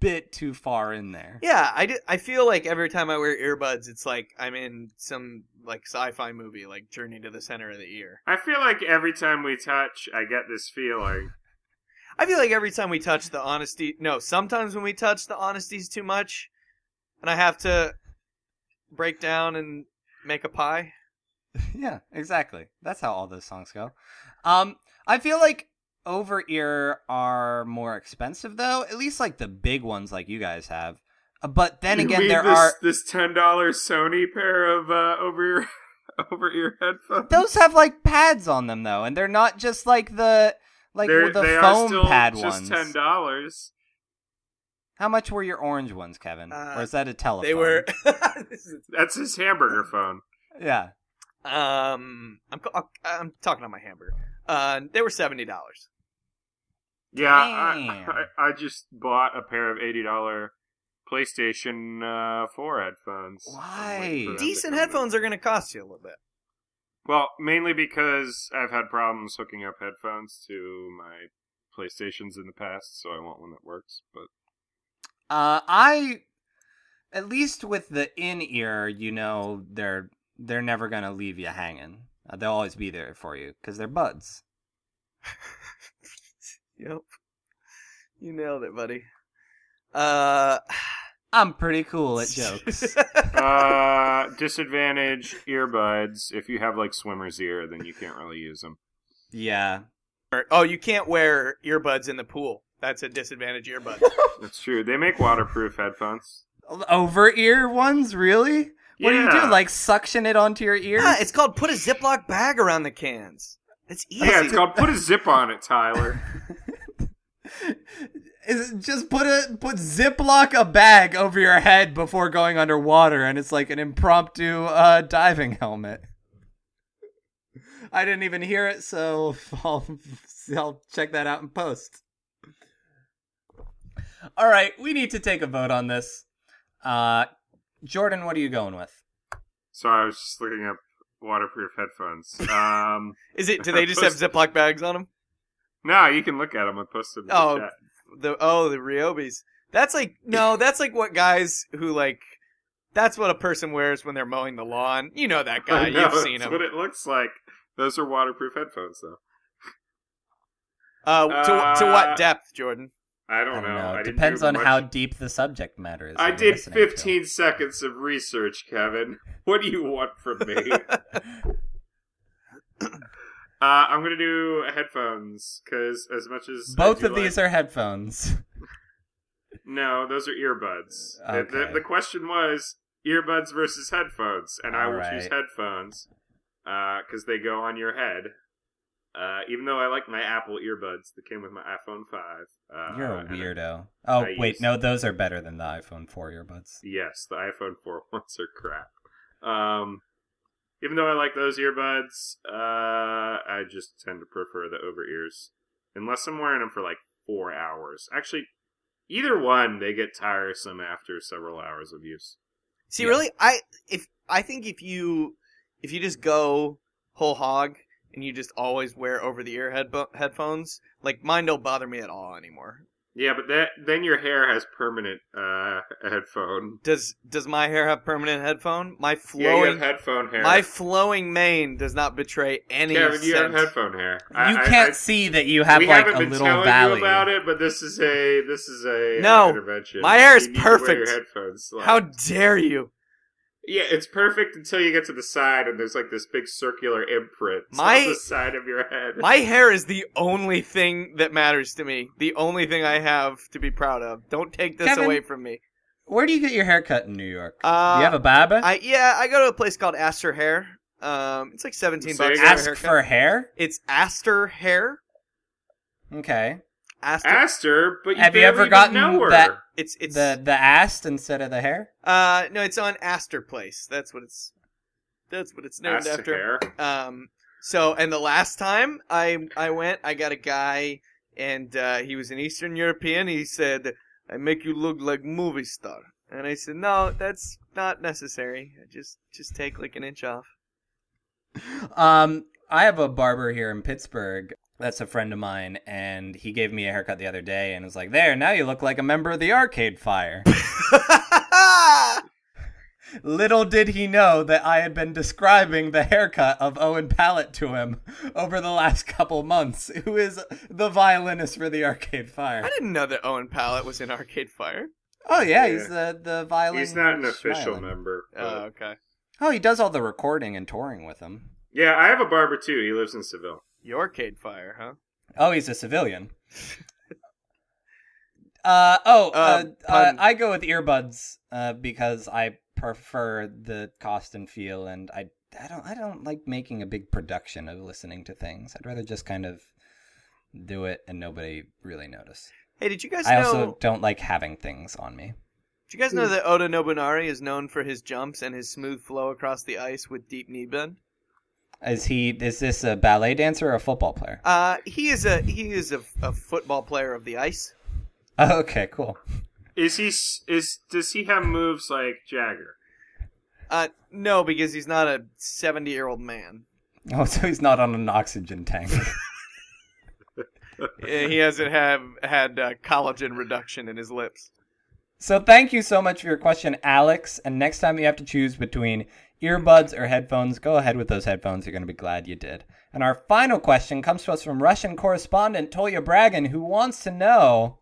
bit too far in there.
Yeah, I, do- I feel like every time I wear earbuds, it's like I'm in some like sci-fi movie, like Journey to the Center of the Ear.
I feel like every time we touch, I get this feeling.
I feel like every time we touch the honesty, no, sometimes when we touch the honesty's too much, and I have to break down and make a pie.
yeah, exactly. That's how all those songs go. Um, I feel like over ear are more expensive though, at least like the big ones like you guys have. Uh, But then
You
again,
mean
there
this,
are
this ten dollar Sony pair of uh, over ear over ear headphones.
Those have like pads on them though, and they're not just like the like
They're-
the
they are
foam
still
pad
just
ones.
ten dollars.
How much were your orange ones, Kevin?
Uh,
or is that a telephone?
They were. this is-
That's his hamburger phone.
Yeah.
um, I'm co- I'm talking on my hamburger. Uh, they were seventy dollars.
Yeah, I,
Damn.
I, I just bought a pair of eighty dollar PlayStation uh, Four headphones. I'm waiting
Why?
for them to
Decent
come in.
headphones are going to cost you a little bit.
Well, mainly because I've had problems hooking up headphones to my PlayStations in the past, so I want one that works. But
Uh, I, at least with the in ear, you know they're they're never gonna leave you hanging. Uh, they'll always be there for you because they're buds.
Yep. You nailed it, buddy. Uh,
I'm pretty cool at jokes.
uh, disadvantage earbuds. If you have like swimmer's ear, then you can't really use them.
yeah.
oh, you can't wear earbuds in the pool. That's a disadvantage earbud.
That's true. They make waterproof headphones.
Over ear ones, really? What do you
Yeah.
do? Like suction it onto your ear?
ah, it's called put a Ziploc bag around the cans. It's easy.
Yeah, it's called put a zip on it, Tyler.
Is it just put a put Ziploc a bag over your head before going underwater, and it's like an impromptu uh, diving helmet. I didn't even hear it, so I'll, I'll check that out in post. All right, we need to take a vote on this. Uh, Jordan, what are you going with?
Sorry, I was just looking up waterproof headphones. Um,
Is it? Do they just have Ziploc bags on them?
no, you can look at them. I posted in the
Oh.
chat.
The oh, the Ryobis. That's like no, that's like what guys who like. That's what a person wears when they're mowing the lawn. You know that guy.
I know,
You've seen
that's
him.
what it looks like. Those are waterproof headphones, though.
Uh, to, to
Uh,
what depth, Jordan?
I don't, know. I didn't
Depends
do
on
much-
how deep the subject matter is.
I
that you're
did
listening to.
15 seconds of research, Kevin. What do you want from me? uh, I'm gonna do headphones because as much as I
Both
do
of these
like-
are headphones.
no, those are earbuds. The- The,
Okay.
the question was earbuds versus headphones, and I will choose
Alright.
headphones because they go on your head. Uh, even though I like my Apple earbuds that came with my iPhone five. Uh,
You're a
and I-
weirdo. Oh
I
wait,
use-
no, those are better than the iPhone 4 earbuds.
Yes, the iPhone 4 ones are crap. Um, even though I like those earbuds, uh, I just tend to prefer the over ears. Unless I'm wearing them for like four hours. Actually, either one, they get tiresome after several hours of use.
See,
Yeah.
really, I if I think if you if you just go whole hog and you just always wear over the ear head headphones, like mine don't bother me at all anymore.
Yeah, but that then your hair has permanent uh, headphone.
Does does my hair have permanent headphone? My
Yeah, you
flowing
have headphone hair.
my flowing mane does not betray any
Kevin, you have
sense.
headphone hair.
you can't see that you have
we
like
haven't
a
been
little
telling
valley.
you about it, but this is a this is a
No,
intervention.
my hair is
You need to wear your
perfect.
headphones. Like-
How dare you?
Yeah, it's perfect until you get to the side and there's like this big circular imprint
My-
on the side of your head.
My hair is the only thing that matters to me. The only thing I have to be proud of. Don't take this
Kevin,
away from me.
Where do you get your hair cut in New York?
Uh,
do you have a barber?
I yeah, I go to a place called Aster Hair. Um, it's like seventeen
Say
bucks.
again?
Ask for hair?
It's Aster Hair.
Okay.
Aster.
asked her, but you
Have you
barely
ever
even
gotten
know her.
that-
it's it's
the the ast instead of the hair?
uh no, it's on Aster Place. That's what it's. That's what it's named
Asked
after.
her.
Um. So and the last time I I went, I got a guy, and uh, he was an Eastern European. He said, "I make you look like movie star," and I said, "No, that's not necessary. Just just take like an inch off."
Um, I have a barber here in Pittsburgh. That's a friend of mine, and he gave me a haircut the other day, and was like, "There, now you look like a member of the Arcade Fire." Little did he know that I had been describing the haircut of Owen Pallet to him over the last couple months, who is the violinist for the Arcade Fire.
I didn't know that Owen Pallet was in Arcade Fire.
Oh yeah, he's the the violin.
He's not an official
violin.
member. but-
Oh, okay.
Oh, he does all the recording and touring with them.
yeah, I have a barber too. He lives in Seville.
Your Arcade Fire, huh?
Oh, he's a civilian. uh oh, uh,
Um,
uh,
pun.
I go with earbuds uh, because I prefer the cost and feel, and I I don't I don't like making a big production of listening to things. I'd rather just kind of do it and nobody really notice.
Hey, did you guys
I
know?
also don't like having things on me.
Did you guys know that Oda Nobunari is known for his jumps and his smooth flow across the ice with deep knee bend?
Is he? Is this a ballet dancer or a football player?
Uh, he is a he is a, a football player of the ice.
Oh, okay, cool.
Is he s- is does he have moves like Jagger?
Uh, no, because he's not a seventy year old man.
Oh, so he's not on an oxygen tank.
Uh, he hasn't have had uh, collagen reduction in his lips.
so thank you so much for your question, Alex. And next time you have to choose between earbuds or headphones, go ahead with those headphones. You're going to be glad you did. And our final question comes to us from Russian correspondent Toya Bragan, who wants to know: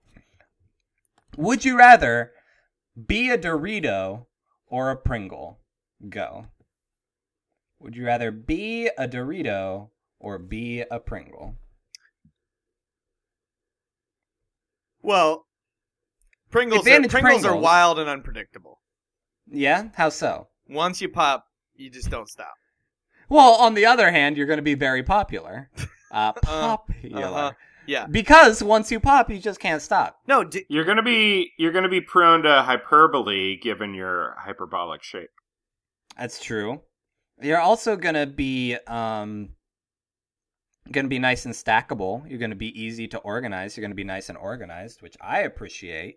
Would you rather be a Dorito or a Pringle? Go. Would you rather be a Dorito or be a Pringle?
Well, Pringles are,
Advantage
Pringles, are
Pringles.
wild and unpredictable.
Yeah, how so?
Once you pop, you just don't stop.
Well, on the other hand, you're going to be very popular. Uh, popular.
uh-huh. Yeah.
Because once you pop, you just can't stop.
No, d-
You're gonna be you're gonna be prone to hyperbole given your hyperbolic shape.
That's true. You're also going to be um going to be nice and stackable. You're going to be easy to organize. You're going to be nice and organized, which I appreciate.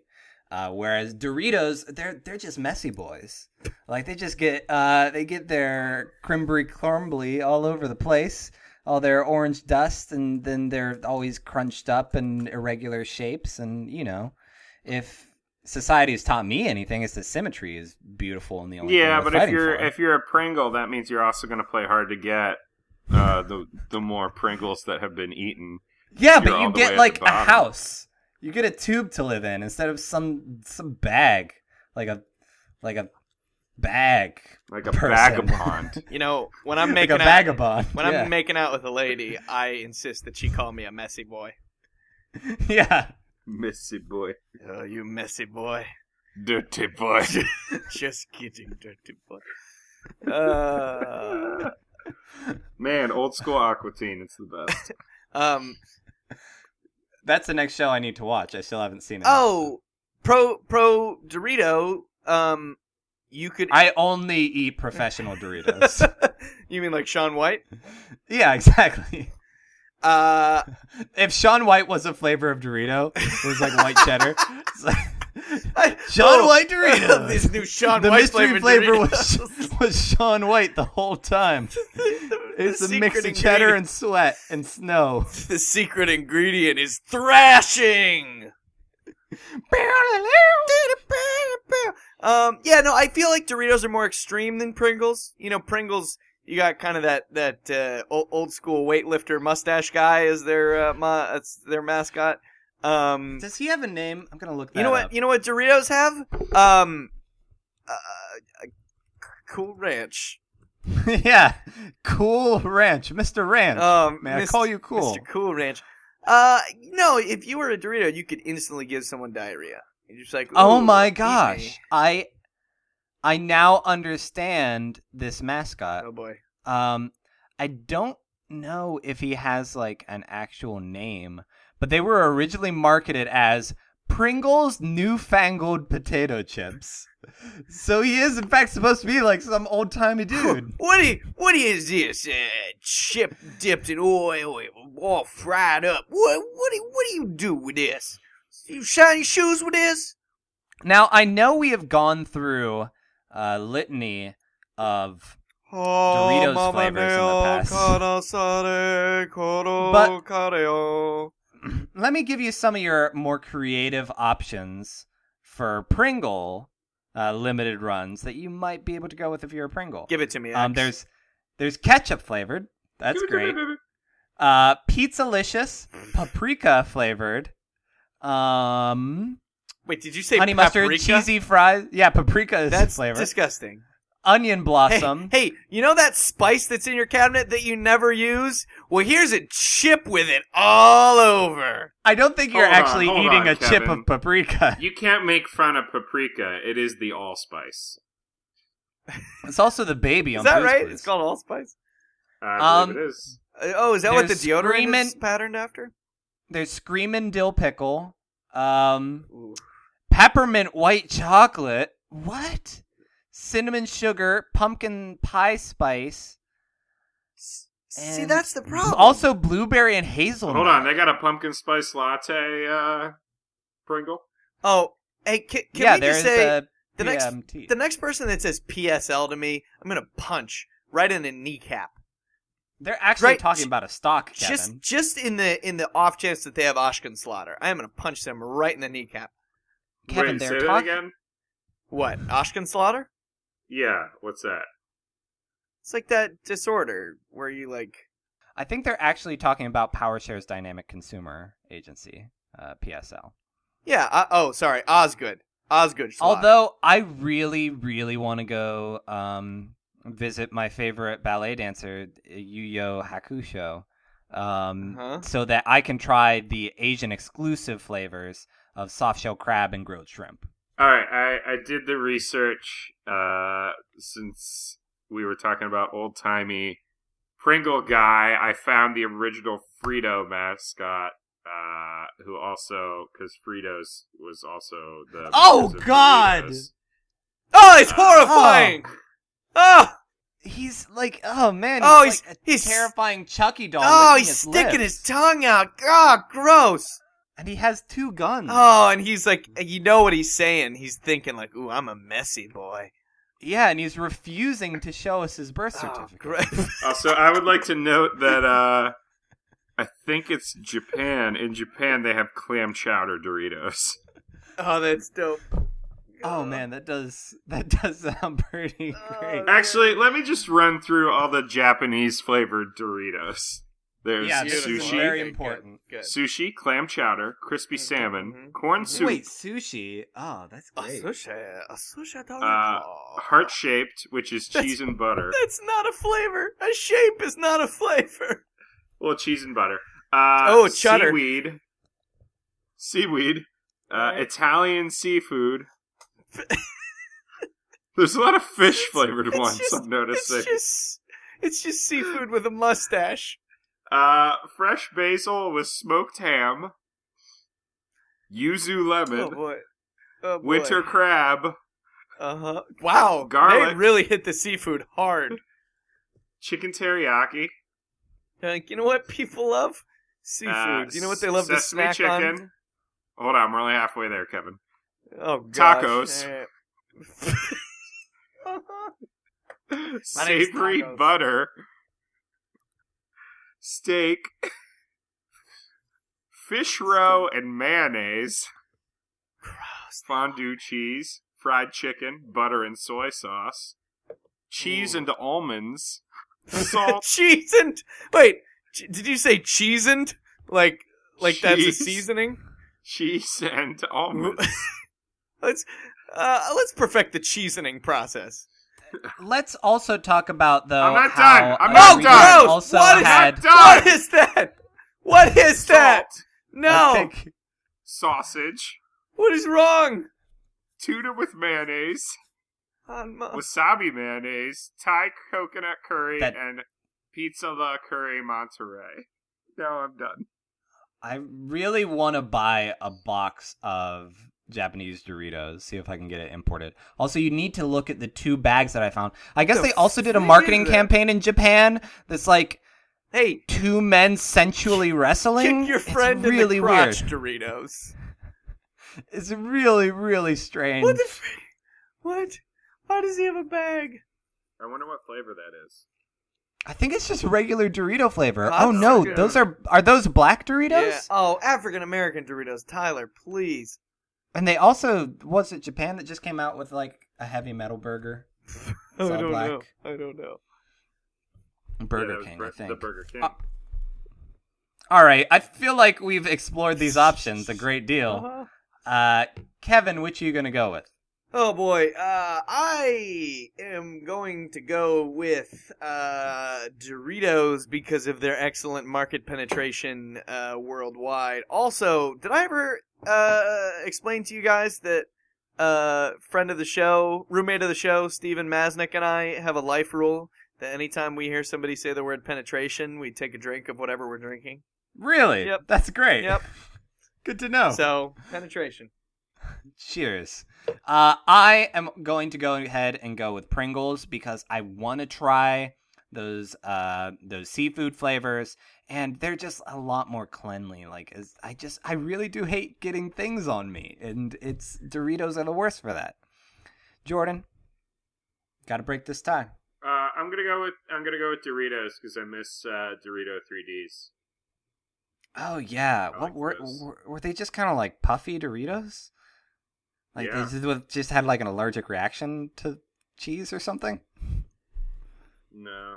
Uh, whereas Doritos, they're they're just messy boys. Like they just get uh they get their crimbly crumbly all over the place, all their orange dust, and then they're always crunched up in irregular shapes. And you know, if society has taught me anything, it's that symmetry is beautiful and the only
yeah,
thing we're
but if
fighting
you're
for.
if you're a Pringle, that means you're also gonna play hard to get. Uh, the the more Pringles that have been eaten.
Yeah,
You're
but
all
you
the way
get
at
like
the
a
bottom.
house. You get a tube to live in instead of some some bag, like a like a bag,
Like a
Person.
vagabond.
you know when I'm
like
making
a
out,
vagabond.
when
yeah.
I'm making out with a lady, I insist that she call me a messy boy.
yeah,
Missy boy.
Oh, you messy boy.
Dirty boy.
Just kidding, dirty boy. Uh,
Man, old school Aquatine, it's the best.
um.
that's the next show I need to watch. I still haven't seen it.
Oh, pro pro Dorito. Um, you could.
I only eat professional Doritos.
you mean like Sean White?
yeah, exactly.
Uh,
If Sean White was a flavor of Dorito, it was like white cheddar. It's like-
I-
Sean
oh,
White Doritos.
this new Sean
the
White
mystery
flavored
flavor
Doritos.
was, was Sean White the whole time. It's
the
a mix of
secret
cheddar
ingredient.
and sweat and snow.
the secret ingredient is thrashing. Um, yeah, no, I feel like Doritos are more extreme than Pringles. You know, Pringles, you got kind of that that uh, old, old school weightlifter mustache guy as their uh, ma- as their mascot. Um,
Does he have a name? I'm gonna look. That
you know
up.
what? You know what Doritos have? Um, uh, Cool Ranch.
yeah, Cool Ranch, Mr. Ranch.
Um,
May I
Mr.
call you Oh, Cool?
Mr. Cool Ranch. Uh, no, if you were a Dorito, you could instantly give someone diarrhea. You're just like,
oh
"Ooh,
my
eat me."
gosh, I I now understand this mascot.
Oh boy.
Um, I don't know if he has like an actual name, but they were originally marketed as Pringles Newfangled Potato Chips. So he is, in fact, supposed to be like some old timey dude.
What is, what is this? Uh, chip dipped in oil, all fried up. What what do, what do you do with this? You shiny shoes with this?
now I know we have gone through a litany of
Oh,
Doritos mama flavors in the mia, past. But- let me give you some of your more creative options for Pringle uh, limited runs that you might be able to go with if you're a Pringle.
Give it to me.
Um,
Axe.
there's there's ketchup flavored. That's great. Uh, pizza licious, paprika flavored. Um,
Wait, did you say
honey mustard,
paprika?
cheesy fries. Yeah, paprika is
That's
flavor.
disgusting.
Onion
Hey,
blossom.
hey, you know that spice that's in your cabinet that you never use? Well, here's a chip with it all over.
I don't think you're
Hold on,
actually
hold
eating
on,
a chip
Kevin.
of paprika.
You can't make fun of paprika. It is the allspice.
It's also the baby on
Is that
Blue's
right?
Clues.
It's called allspice.
I
Um,
believe it is.
Uh, oh, is that what the
There's
deodorant
screamin'-
is patterned after?
There's screamin' dill pickle, Um,
Ooh.
peppermint white chocolate. What? Cinnamon sugar, pumpkin pie spice.
See,
and
that's the problem.
Also blueberry and hazelnut.
Hold on, they got a pumpkin spice latte uh, Pringle.
Oh, hey, can, can
yeah,
we
there
just
is
say
a
the next-
PMT.
the next person that says PSL to me, I'm gonna punch right in a kneecap.
They're actually
right,
talking about a stock, Kevin.
Just just in the in the off chance that they have Oshkin Slaughter, I am gonna punch them right in the kneecap.
Kevin,
Wait,
they're
say that
talking-
again?
What Oshkin Slaughter?
Yeah, what's that?
It's like that disorder where you like.
I think they're actually talking about PowerShare's dynamic consumer agency, uh, PSL.
Yeah. Uh, oh, sorry. Osgood. Osgood. Slaughter.
Although I really, really want to go um, visit my favorite ballet dancer, uh, Yuyo Hakusho, um,
Uh-huh.
so that I can try the Asian exclusive flavors of soft shell crab and grilled shrimp.
All right, I, I did the research uh, since we were talking about old timey Pringle guy. I found the original Frito mascot, uh, who also because Fritos was also the
Oh,
makers of
God!
Doritos.
oh, it's horrifying. Oh,
He's like, oh man,
Oh,
he's, like
he's-
a terrifying Chucky doll.
oh,
licking
he's
his
sticking
lips.
his tongue out. God, gross.
and he has two guns.
Oh, and he's like, you know what he's saying? He's thinking like, "Ooh, I'm a messy boy."
Yeah, and he's refusing to show us his birth
Oh,
certificate.
great.
Also, Uh, I would like to note that uh, I think it's Japan. In Japan, they have clam chowder Doritos.
oh, that's dope.
Oh man, that does that does sound pretty great.
Actually, let me just run through all the Japanese flavored Doritos. There's
Yeah, this is
sushi,
very important.
Good.
sushi, clam chowder, crispy salmon,
mhm.
corn soup,
Wait, sushi? Oh, that's
uh,
great.
Sushi, a sushi dog.
Uh, heart shaped, which is
That's-
cheese and butter.
That's not a flavor. A shape is not a flavor.
Well, cheese and butter. Uh,
Oh, cheddar.
Seaweed. Seaweed. Uh,
Alright.
Italian seafood. There's a lot of fish flavored
It's
ones.
just-
I'm
It's
noticing.
just, it's just seafood with a mustache.
Uh, fresh basil with smoked ham, yuzu lemon,
Oh boy. Oh, boy.
winter crab,
Uh huh. Wow. They
Garlic.
really hit the seafood hard.
chicken teriyaki,
They're like, you know what people love? Seafood.
uh,
you know what they love to
sesame
snack
chicken.
on?
Hold on, we're only halfway there, Kevin.
Oh, gosh.
Tacos. Oh.
Eh.
Savory
tacos.
butter, steak, fish roe and mayonnaise,
Gross.
fondue cheese, fried chicken, butter and soy sauce, cheese
Ooh.
and almonds, salt,
cheesened. Wait, ch- did you say cheesened? Like, like that's a
Cheese.
seasoning.
cheese and almonds.
Let's, uh, let's perfect the cheesening process.
Let's also talk about though.
I'm not
how,
done. I'm
uh,
not
we
done.
Gross.
Also
What is-
had
I'm not done.
What is that? What is that?
Salt,
I
No.
think-
sausage,
What is wrong?
tuna with mayonnaise,
On my-
wasabi mayonnaise, Thai coconut curry,
That-
and pizza la curry Monterey. Now I'm done.
I really want to buy a box of Japanese Doritos. See if I can get it imported. Also, you need to look at the two bags that I found. I guess
The
they also did a
frig is
marketing
that?
campaign in Japan that's like
hey,
two men sensually wrestling.
kick your
It's
friend
really
in the crotch,
weird.
Doritos.
It's really, really strange.
What the? Fr- what? Why does he have a bag?
I wonder what flavor that is.
I think it's just regular Dorito flavor.
Hot
oh no,
chicken.
those are are those black Doritos?
Yeah. Oh, African American Doritos. Tyler, please.
And they also was it Japan that just came out with like a heavy metal burger?
Oh, I
all
don't
black.
know. I don't know.
Burger
Yeah, that was
King,
Bur-
I think.
The Burger King.
Uh, All right, I feel like we've explored these options a great deal.
Uh-huh.
Uh, Kevin, which are you gonna go with?
Oh boy, uh, I am going to go with uh, Doritos because of their excellent market penetration uh, worldwide. Also, did I ever uh, explain to you guys that uh, friend of the show, roommate of the show, Steven Masnick, and I have a life rule that anytime we hear somebody say the word penetration, we take a drink of whatever we're drinking.
Really?
Yep.
That's great.
Yep.
Good to know.
So penetration.
Cheers. Uh, I am going to go ahead and go with Pringles because I want to try those uh, those seafood flavors, and they're just a lot more cleanly. Like is- I just I really do hate getting things on me, and it's Doritos are the worst for that. Jordan, got to break this tie.
Uh, I'm gonna go with I'm gonna go with Doritos because I miss uh, Dorito 3ds.
Oh yeah,
I
what
like
were,
those.
were were they just kind of like puffy Doritos? Like
Yeah.
they just, just had like an allergic reaction to cheese or something.
No,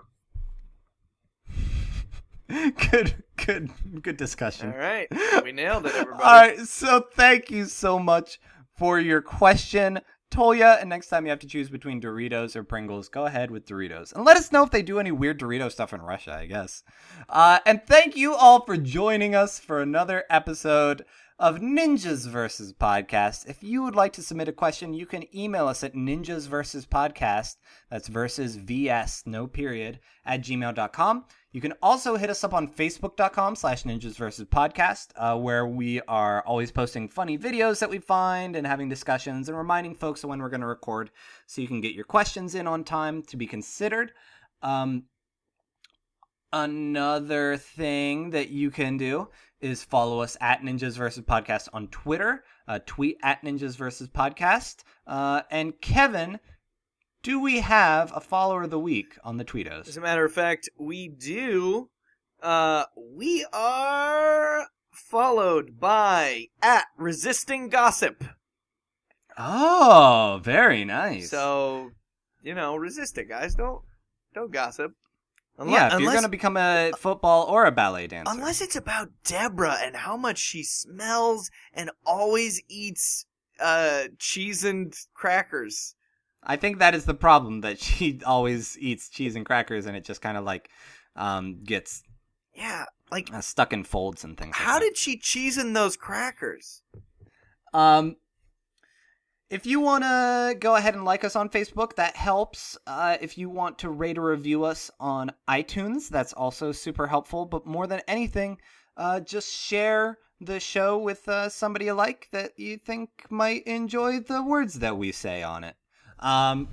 good, good, good discussion.
All right, we nailed it, everybody.
All right, so thank you so much for your question, Toya. And next time you have to choose between Doritos or Pringles, go ahead with Doritos. And let us know if they do any weird Dorito stuff in Russia, I guess. Uh, and thank you all for joining us for another episode of Ninjas versus Podcast. If you would like to submit a question, you can email us at ninjas versus podcast. That's versus VS, no period, at gmail.com. You can also hit us up on facebook.com slash ninjas versus podcast, uh, where we are always posting funny videos that we find and having discussions and reminding folks of when we're going to record so you can get your questions in on time to be considered. Um, another thing that you can do is follow us at Ninjas versus Podcast on Twitter, uh, tweet at Ninjas versus Podcast. Uh, and Kevin, do we have a follower of the week on the Tweetos?
As a matter of fact, we do. Uh, we are followed by at resisting gossip.
Oh, very nice.
So, you know, resist it, guys. Don't don't gossip. Unle-
yeah, if
unless,
you're going to become a football or a ballet dancer.
unless it's about Deborah and how much she smells and always eats uh cheese and crackers.
I think that is the problem that she always eats cheese and crackers and it just kind of like um, gets
Yeah, like
uh, stuck in folds and things. like
how
that.
did she cheese in those crackers?
Um, if you want to go ahead and like us on Facebook, that helps. Uh, if you want to rate or review us on iTunes, that's also super helpful. But more than anything, uh, just share the show with uh, somebody you like that you think might enjoy the words that we say on it. Um,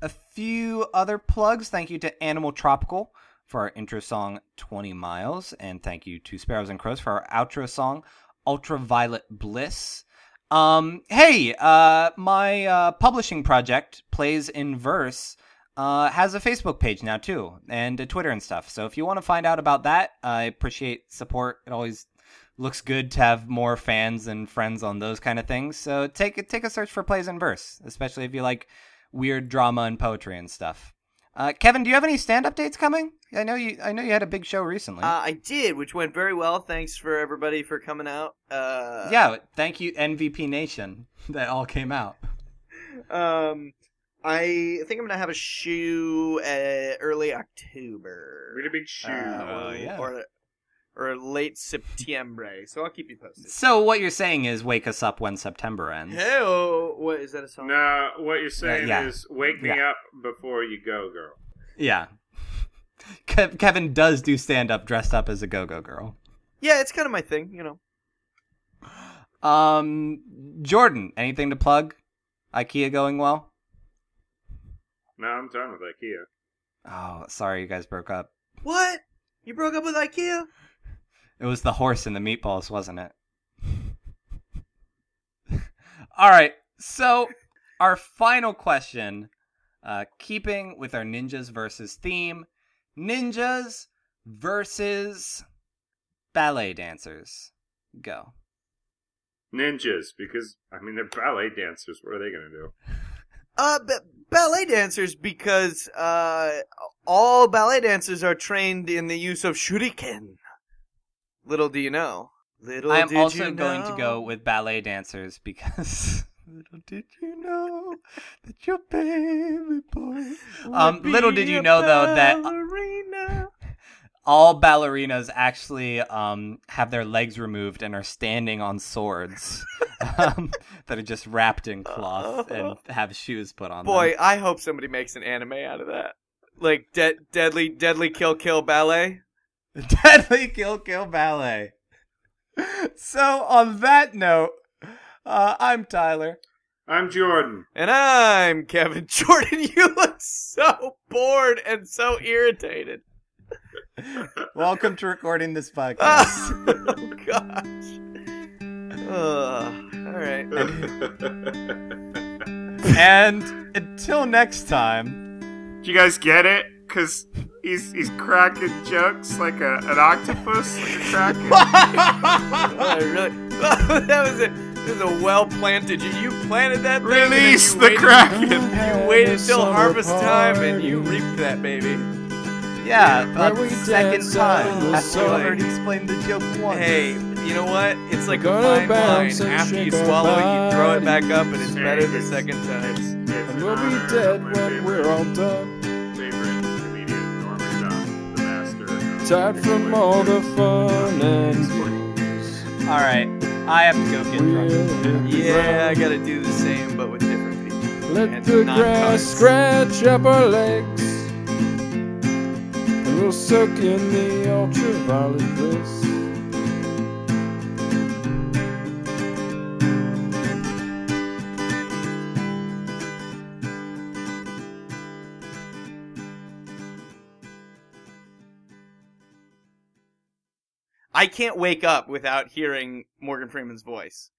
a few other plugs. Thank you to Animal Tropical for our intro song 20 Miles, and thank you to Sparrows and Crows for our outro song Ultraviolet Bliss. Um, hey, uh, my uh, publishing project, Plays in Verse, uh, has a Facebook page now too, and a Twitter and stuff. So if you want to find out about that, I appreciate support. It always looks good to have more fans and friends on those kind of things. So take a, take a search for Plays in Verse, especially if you like weird drama and poetry and stuff. Uh, Kevin, do you have any stand up dates coming? I know you. I know you had a big show recently.
Uh, I did, which went very well. Thanks for everybody for coming out. Uh,
yeah, thank you, NVP Nation. That all came out.
Um, I think I'm gonna have a shoe uh, early October.
we had a big shoe.
Uh,
or,
yeah.
or or late September. So I'll keep you posted.
So what you're saying is, wake us up when September ends.
Hey, what is that a song?
no, what you're saying
yeah.
is wake me up before you go, girl.
Yeah. Kev- Kevin does do stand up dressed up as a go go girl.
Yeah, it's kind of my thing, you know.
Um, Jordan, anything to plug? IKEA going well?
No, I'm done with IKEA.
Oh, sorry, you guys broke up.
What? You broke up with IKEA?
It was the horse and the meatballs, wasn't it? All right. So, our final question, uh, keeping with our ninjas versus theme, ninjas versus ballet dancers. Go.
Ninjas, because I mean they're ballet dancers. What are they gonna do?
Uh, b- ballet dancers because uh, all ballet dancers are trained in the use of shuriken. Little do you know. Little
I am
did
also
you
going to
know.
go with ballet dancers because little did you know that your baby boy. Um,
Would
little
be
did you
a
know though that uh,
ballerina.
all ballerinas actually um, have their legs removed and are standing on swords um, that are just wrapped in cloth and have shoes put on
Boy,
them.
I hope somebody makes an anime out of that. Like de- deadly, deadly kill, kill ballet.
Deadly Kill Kill Ballet. so on that note, uh, I'm Tyler.
I'm Jordan.
And I'm Kevin Jordan. You look so bored and so irritated.
Welcome to recording this podcast.
Ah, oh gosh. Ugh, all right.
Do
and until next time,
you guys get it? Cause he's he's cracking jokes like a, an octopus, like a kraken.
I really. that was a that was a well planted. You, you planted that. Thing and then
Release
you
the
waited-
kraken.
You waited till harvest time and you reaped that baby.
yeah, about
where
the
we
second
dance on
time.
the
After you
sun.
already explained the joke once.
Hey, you know what? It's like a
Gonna
fine
bounce
wine.
and
After you
shake our
swallow, you throw it back
bodies.
up, and it's better the
It's-
second time.
It's, it's an
And we'll
honor
be
of
dead
my
when
favorite-
we're all done.
favorite comedian Norman Dodd, the master. of-
Tired from all the fun and
All right, I have to go get drunk.
games.
Yeah, I gotta do the same, but with different people.
Let
and
the
not
grass
cards.
scratch up our legs. And we'll soak in the ultraviolet bliss.
I can't wake up without hearing Morgan Freeman's voice.